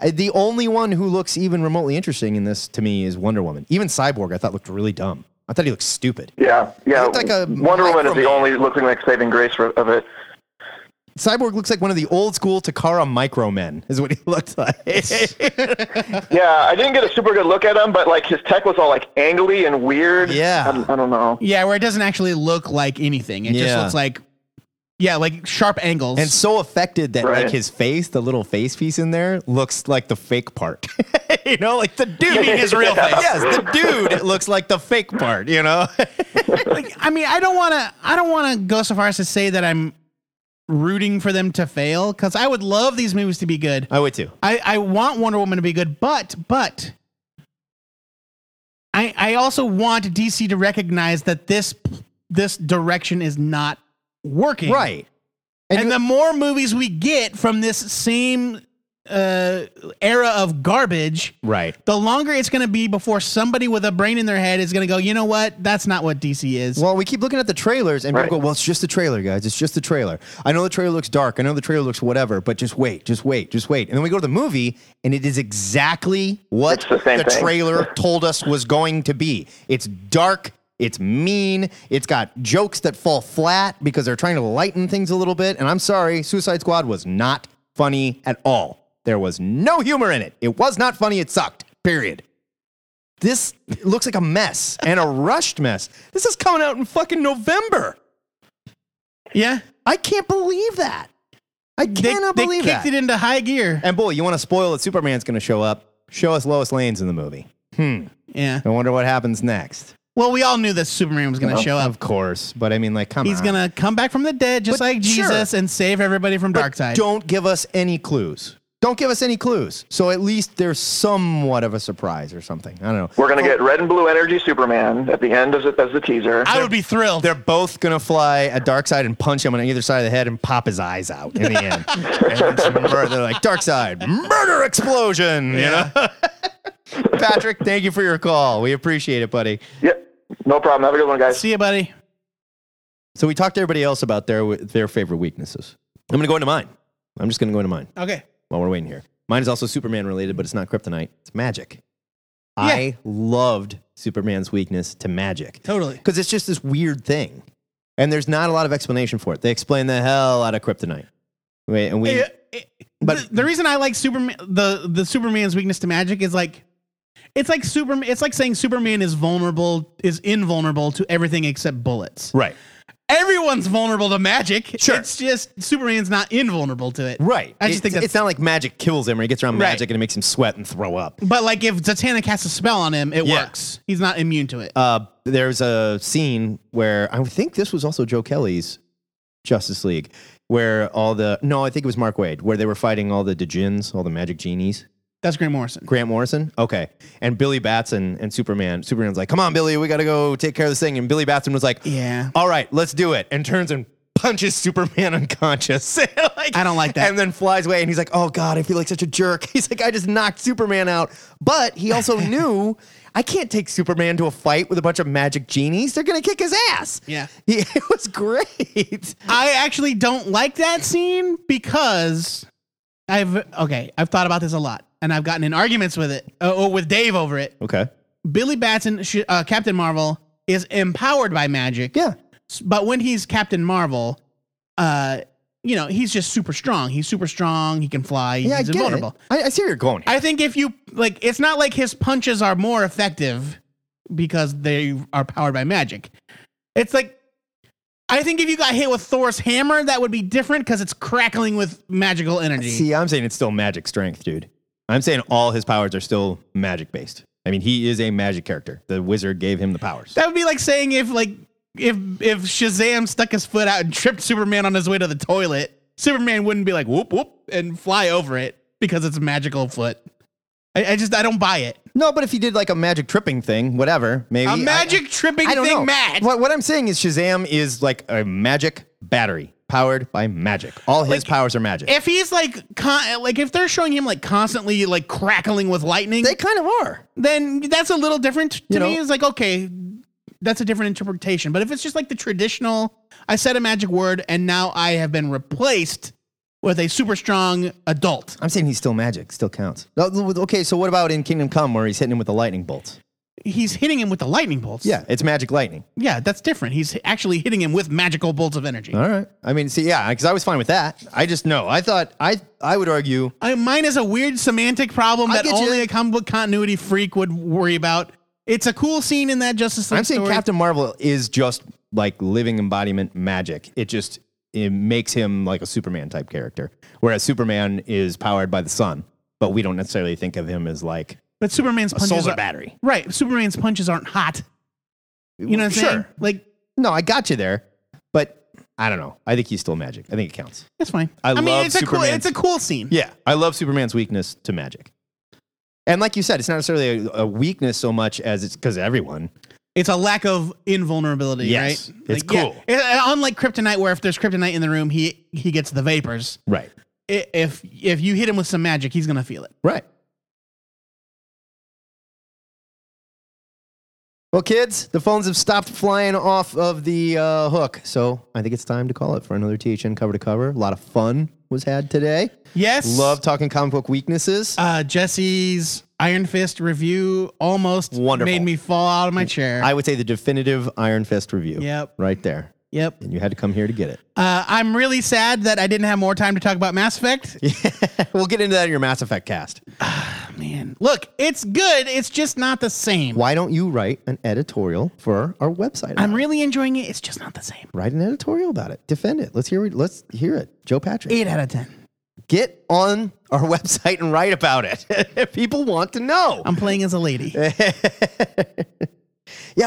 B: Uh, The only one who looks even remotely interesting in this to me is Wonder Woman. Even Cyborg, I thought looked really dumb. I thought he looked stupid.
G: yeah yeah.
B: looked like a
G: Wonder Woman is the only looking like saving grace for, of it.
B: Cyborg looks like one of the old school Takara Micro Men, is what he looked like.
G: Yeah, I didn't get a super good look at him, but like his tech was all like angly and weird.
B: Yeah,
G: I, I don't know.
C: Yeah, where it doesn't actually look like anything. It just
B: Yeah.
C: looks like yeah, like sharp angles.
B: and so affected that
C: Right.
B: like his face, the little face piece in there, looks like the fake part. you know, like the dude
C: You mean his real face.
B: Yes, the dude looks like the fake part. You know,
C: I mean, I don't want to I don't want to go so far as to say that I'm rooting for them to fail cuz I would love these movies to be good.
B: I would too.
C: I I want Wonder Woman to be good, but but I I also want DC to recognize that this this direction is not working.
B: Right.
C: And, the more movies we get from this same uh, era of garbage,
B: right?
C: the longer it's going to be before somebody with a brain in their head is going to go, you know what? That's not what DC is.
B: Well, we keep looking at the trailers and
C: Right.
B: people go, well, it's just the trailer, guys. It's just the trailer. I know the trailer looks dark. I know the trailer looks whatever, but just wait, just wait, just wait. And then we go to the movie and it is exactly what
G: the same thing.
B: trailer told us was going to be. It's dark. It's mean. It's got jokes that fall flat because they're trying to lighten things a little bit. And I'm sorry, Suicide Squad was not funny at all. There was no humor in it. It was not funny. It sucked. Period. This looks like a mess and a rushed mess. This is coming out in fucking November.
C: Yeah.
B: I can't believe that. I cannot
C: they
B: believe
C: kicked it
B: that.
C: into high gear.
B: And boy, you want to spoil that Superman's going to show up. Show us Lois Lane's in the movie. Hmm.
C: Yeah.
B: I wonder what happens next.
C: Well, we all knew that Superman was going to
G: Oh,
B: Well,
C: show up.
B: Of course. But I mean, like, come
C: He's
B: on.
C: going to come back from the dead just
B: But
C: like
B: sure.
C: Jesus and save everybody from dark side.
B: Don't give us any clues. Don't give us any clues. So at least there's somewhat of a surprise or something. I don't know.
G: We're gonna get red and blue energy Superman at the end as a, as the teaser.
C: I would be thrilled.
B: They're both going to fly at dark side and punch him on either side of the head and pop his eyes out in the end. and it's murder. They're like, dark side, murder explosion. You know? Patrick, thank you for your call. We appreciate it, buddy.
G: Yep. No problem. Have a good one, guys.
C: See you, buddy.
B: So we talked to everybody else about their their favorite weaknesses. I'm going to go into mine. I'm just going to go into mine
C: Okay.
B: while we're waiting here. Mine is also Superman related, but it's not kryptonite. It's magic. I loved Superman's weakness to magic.
C: Totally.
B: Because it's just this weird thing. And there's not a lot of explanation for it. They explain the hell out of kryptonite. Wait, and we,
C: Yeah. the, the reason I like Superman the the Superman's weakness to magic is like it's like Superman it's like saying Superman is vulnerable is invulnerable to everything except bullets.
B: Right.
C: Everyone's vulnerable to magic. Sure. It's just Superman's not invulnerable to it.
B: Right.
C: I
B: It's-
C: just think that's
B: it's not like magic kills him or he gets around
C: Right.
B: magic and it makes him sweat and throw up.
C: but like if Zatanna casts a spell on him, it
B: Yeah.
C: works. He's not immune to it.
B: Uh, there's a scene where I think this was also Joe Kelly's Justice League. where all the no, I think it was Mark Wade, where they were fighting all the Dejins, all the magic genies.
C: That's Grant Morrison.
B: Grant Morrison. Okay, and Billy Batson and Superman. Superman's like, "Come on, Billy, we gotta go take care of this thing." And Billy Batson was like,
C: Yeah.
B: all right, let's do it. And turns and punches Superman unconscious. I don't like that. And then flies away and he's like, oh God, I feel like such a jerk. He's like, I just knocked Superman out. But he also knew I can't take Superman to a fight with a bunch of magic genies. They're going to kick his ass.
C: Yeah.
B: it was great.
C: I actually don't like that scene because I've okay, I've thought about this a lot and I've gotten in arguments with it. Uh, oh, with Dave over it.
B: Okay.
C: Billy Batson, sh- uh, Captain Marvel, is empowered by magic.
B: Yeah.
C: But when he's Captain Marvel, uh, you know, he's just super strong. He's super strong. He can fly.
B: Yeah, I
C: he's
B: get it.
C: invulnerable.
B: I, I see where you're going.
C: I think if you like, it's not like his punches are more effective because they are powered by magic. It's like, I think if you got hit with Thor's hammer, that would be different because it's crackling with magical energy.
B: See, I'm saying it's still magic strength, dude. I'm saying all his powers are still magic based. I mean, he is a magic character. The wizard gave him the powers.
C: That would be like saying if like if if Shazam stuck his foot out and tripped Superman on his way to the toilet, Superman wouldn't be like whoop whoop and fly over it because it's a magical foot. I, I just I don't buy it.
B: No, but if he did like a magic tripping thing, whatever, maybe
C: A
B: I-
C: magic tripping
B: I don't
C: thing,
B: know.
C: mad.
B: What, what I'm saying is Shazam is like a magic battery powered by magic. All his powers are magic.
C: If he's like con- like if they're showing him like constantly like crackling with lightning, they
B: kind of are.
C: Then that's a little different to
B: You
C: me.
B: know?
C: It's like okay, that's a different interpretation. But if it's just like the traditional, I said a magic word and now I have been replaced with a super strong adult.
B: I'm saying he's still magic, still counts. No, Okay, so what about in Kingdom Come where he's hitting him with the lightning bolts?
C: He's hitting him with the lightning bolts.
B: Yeah, it's magic lightning.
C: Yeah, that's different. He's actually hitting him with magical bolts of energy.
B: All right. I mean, see, yeah, because I was fine with that. I just know. I thought I I would argue
C: I, mine is a weird semantic problem
B: I
C: that
B: get you.
C: only a comic book continuity freak would worry about. It's a cool scene in that Justice League
B: I'm saying
C: story.
B: Captain Marvel is just like living embodiment magic. It just it makes him like a Superman type character, whereas Superman is powered by the sun, but we don't necessarily think of him as like
C: but Superman's
B: a
C: punches
B: solar
C: are-
B: battery.
C: Right, Superman's punches aren't hot. You know what I'm
B: sure.
C: saying? Like,
B: no, I got you there, but I don't know. I think he's still magic. I think it counts.
C: That's fine.
B: I love
C: it's a cool,
B: Superman's-
C: it's a cool scene.
B: Yeah, I love Superman's weakness to magic, and like you said, it's not necessarily a, a weakness so much as it's because everyone.
C: It's a lack of invulnerability,
B: Yes,
C: right?
B: it's
C: yeah.
B: cool.
C: It- uh, unlike Kryptonite, where if there's Kryptonite in the room, he he gets the vapors.
B: Right.
C: I- If if you hit him with some magic, he's gonna feel it.
B: Right. Well, kids, the phones have stopped flying off of the uh, hook, so I think it's time to call it for another THN cover to cover. A lot of fun was had today.
C: Yes.
B: love talking comic book weaknesses.
C: Uh, Jesse's Iron Fist review almost
B: Wonderful.
C: made me fall out of my chair.
B: I would say the definitive Iron Fist review.
C: Yep.
B: Right there.
C: Yep.
B: And you had to come here to get it.
C: Uh, I'm really sad that I didn't have more time to talk about Mass Effect. Ah,
B: we'll get into that in your Mass Effect cast.
C: Man, look, it's good. It's just not the same.
B: Why don't you write an editorial for our website?
C: I'm really enjoying it. It's just not the same.
B: write an editorial about it. Defend it. Let's hear it. Let's hear it. Joe Patrick.
C: Eight out of ten.
B: Get on our website and write about it. People want to know.
C: I'm playing as a lady.
B: yeah,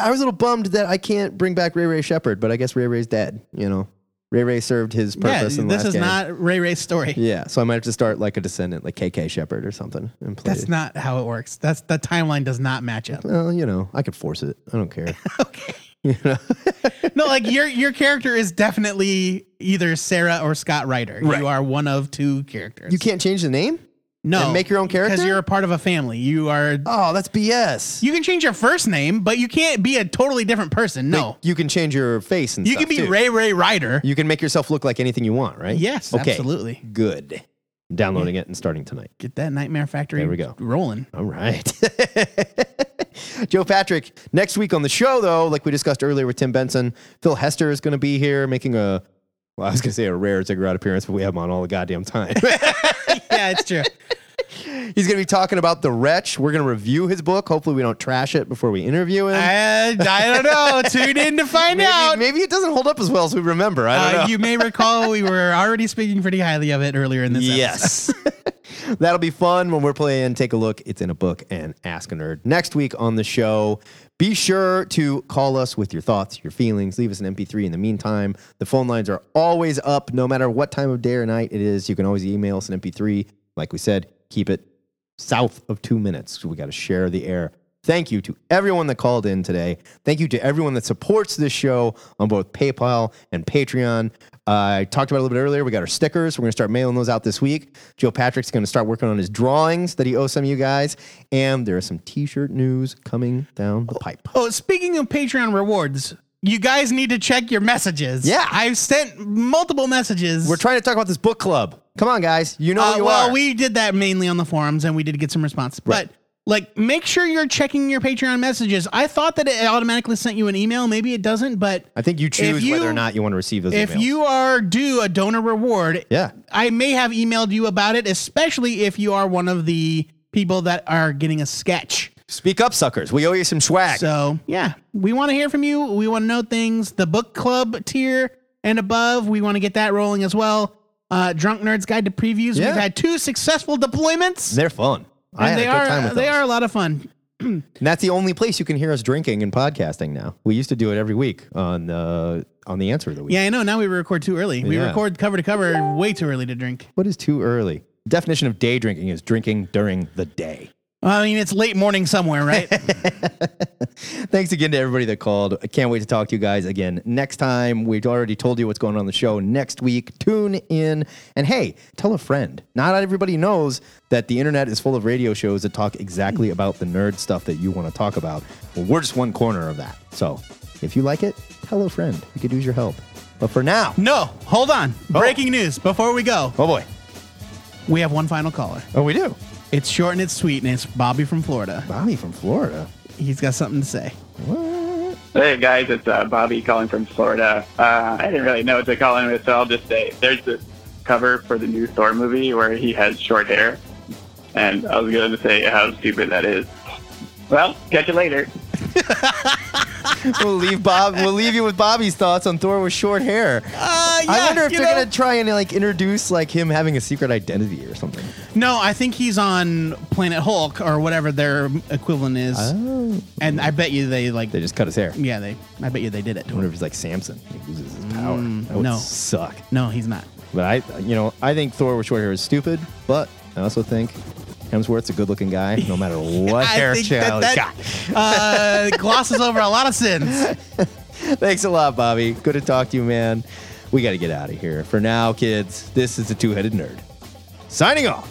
B: I was a little bummed that I can't bring back Ray Ray Shepard, but I guess Ray Ray's dead. You know, Ray Ray served his
C: yeah,
B: purpose. in the
C: this
B: last
C: is
B: game.
C: not Ray Ray's story.
B: Yeah, so I might have to start like a descendant, like KK Shepard or something, and play.
C: That's not how it works. That's the timeline does not match up.
B: Well, you know, I could force it. I don't care. okay. You know,
C: no, like your your character is definitely either Sarah or Scott Ryder. You are one of two characters.
B: you can't change the name.
C: No,
B: And make your own character?
C: because you're a part of a family. You are.
B: Oh, that's BS.
C: You can change your first name, but you can't be a totally different person. No,
B: Like, you can change your face and
C: You
B: stuff,
C: can be
B: too.
C: Ray Ray Ryder.
B: You can make yourself look like anything you want, right?
C: Yes,
B: okay.
C: absolutely.
B: Good. I'm downloading it and starting tonight.
C: Get that Nightmare Factory.
B: There we go.
C: Rolling.
B: All right. Joe Patrick, next week on the show, though, like we discussed earlier with Tim Benson, Phil Hester is going to be here making a, well, I was going to say a rare Ziggurat appearance, but we have him on all the goddamn time.
C: yeah, it's true.
B: He's going to be talking about The Wretch. We're going to review his book. Hopefully, we don't trash it before we interview him.
C: I, I don't know. Tune in to find
B: Maybe-
C: out.
B: Maybe it doesn't hold up as well as we remember. I don't
C: Uh,
B: know.
C: you may recall we were already speaking pretty highly of it earlier in this episode.
B: Yes. That'll be fun when we're playing Take a Look. It's in a book and Ask a Nerd next week on the show. Be sure to call us with your thoughts, your feelings. Leave us an MP3 in the meantime. The phone lines are always up, no matter what time of day or night it is. You can always email us an MP3. Like we said, keep it south of two minutes. We got to share the air. Thank you to everyone that called in today. Thank you to everyone that supports this show on both PayPal and Patreon. I talked about it a little bit earlier. We got our stickers. We're going to start mailing those out this week. Joe Patrick's going to start working on his drawings that he owes some of you guys. And there is some t shirt news coming down the pipe.
C: Oh, speaking of Patreon rewards, you guys need to check your messages. Yeah, I've sent multiple messages. We're
B: trying to talk about this book club. Come on, guys, you know who you
C: well,
B: are.
C: we did that mainly on the forums, and we did get some response. But like, make sure you're checking your Patreon messages. I thought that it automatically sent you an email. Maybe it doesn't, but
B: I think you choose
C: you-
B: whether or not you want to receive those
C: if
B: emails.
C: you are due a donor reward,
B: Yeah.
C: I may have emailed you about it, especially if you are one of the people that are getting a sketch.
B: Speak up, suckers. We owe you some swag.
C: So, yeah, we want to hear from you. We want to know things. The book club tier and above, we want to get that rolling as well. Uh, Drunk Nerd's Guide to Previews.
B: Yeah.
C: We've had two successful deployments.
B: They're fun. I had
C: and they
B: a good
C: are
B: time with
C: they
B: those.
C: are a lot of fun.
B: And that's the only place you can hear us drinking and podcasting now. We used to do it every week on uh, on the answer of the week.
C: Yeah, I know. Now we record too early. We
B: Yeah.
C: record cover to cover way too early to drink.
B: What is too early? Definition of day drinking is drinking during the day.
C: I mean, it's late morning somewhere, right?
B: Thanks again to everybody that called. I can't wait to talk to you guys again next time. We've already told you what's going on in the show next week. Tune in. And hey, tell a friend. Not everybody knows that the internet is full of radio shows that talk exactly about the nerd stuff that you want to talk about. Well, we're just one corner of that. So if you like it, tell a friend. We could use your help. But for now,
C: no, hold on. Breaking news before we go.
B: Oh boy.
C: We have one final caller.
B: Oh, we do.
C: It's short and it's sweet, and it's Bobby from Florida.
B: Bobby from Florida.
C: He's got something to say.
Q: Hey guys, it's uh, Bobby calling from Florida. Uh, I didn't really know what to call him, so I'll just say there's this cover for the new Thor movie where he has short hair, and I was going to say how stupid that is. Well, catch you later.
B: we'll leave Bob. We'll leave you with Bobby's thoughts on Thor with short hair. I
C: Uh, yeah,
B: wonder if
C: you
B: they're
C: know-
B: gonna try and like introduce like him having a secret identity or something.
C: No, I think he's on Planet Hulk or whatever their equivalent is.
B: Oh.
C: And I bet you they like
B: they just cut his hair.
C: Yeah, they. I bet you they did it.
B: I wonder if he's like Samson. He loses his power.
C: Mm,
B: that would
C: no.
B: suck.
C: No, he's not.
B: But I, you know, I think Thor with short hair is stupid. But I also think Hemsworth's a good-looking guy, no matter what
C: I
B: hair
C: think
B: style
C: that-
B: he's got.
C: that, uh, glosses over a lot of sins.
B: Thanks a lot, Bobby. Good to talk to you, man. We got to get out of here. For now, kids, this is the Two Headed Nerd. Signing off.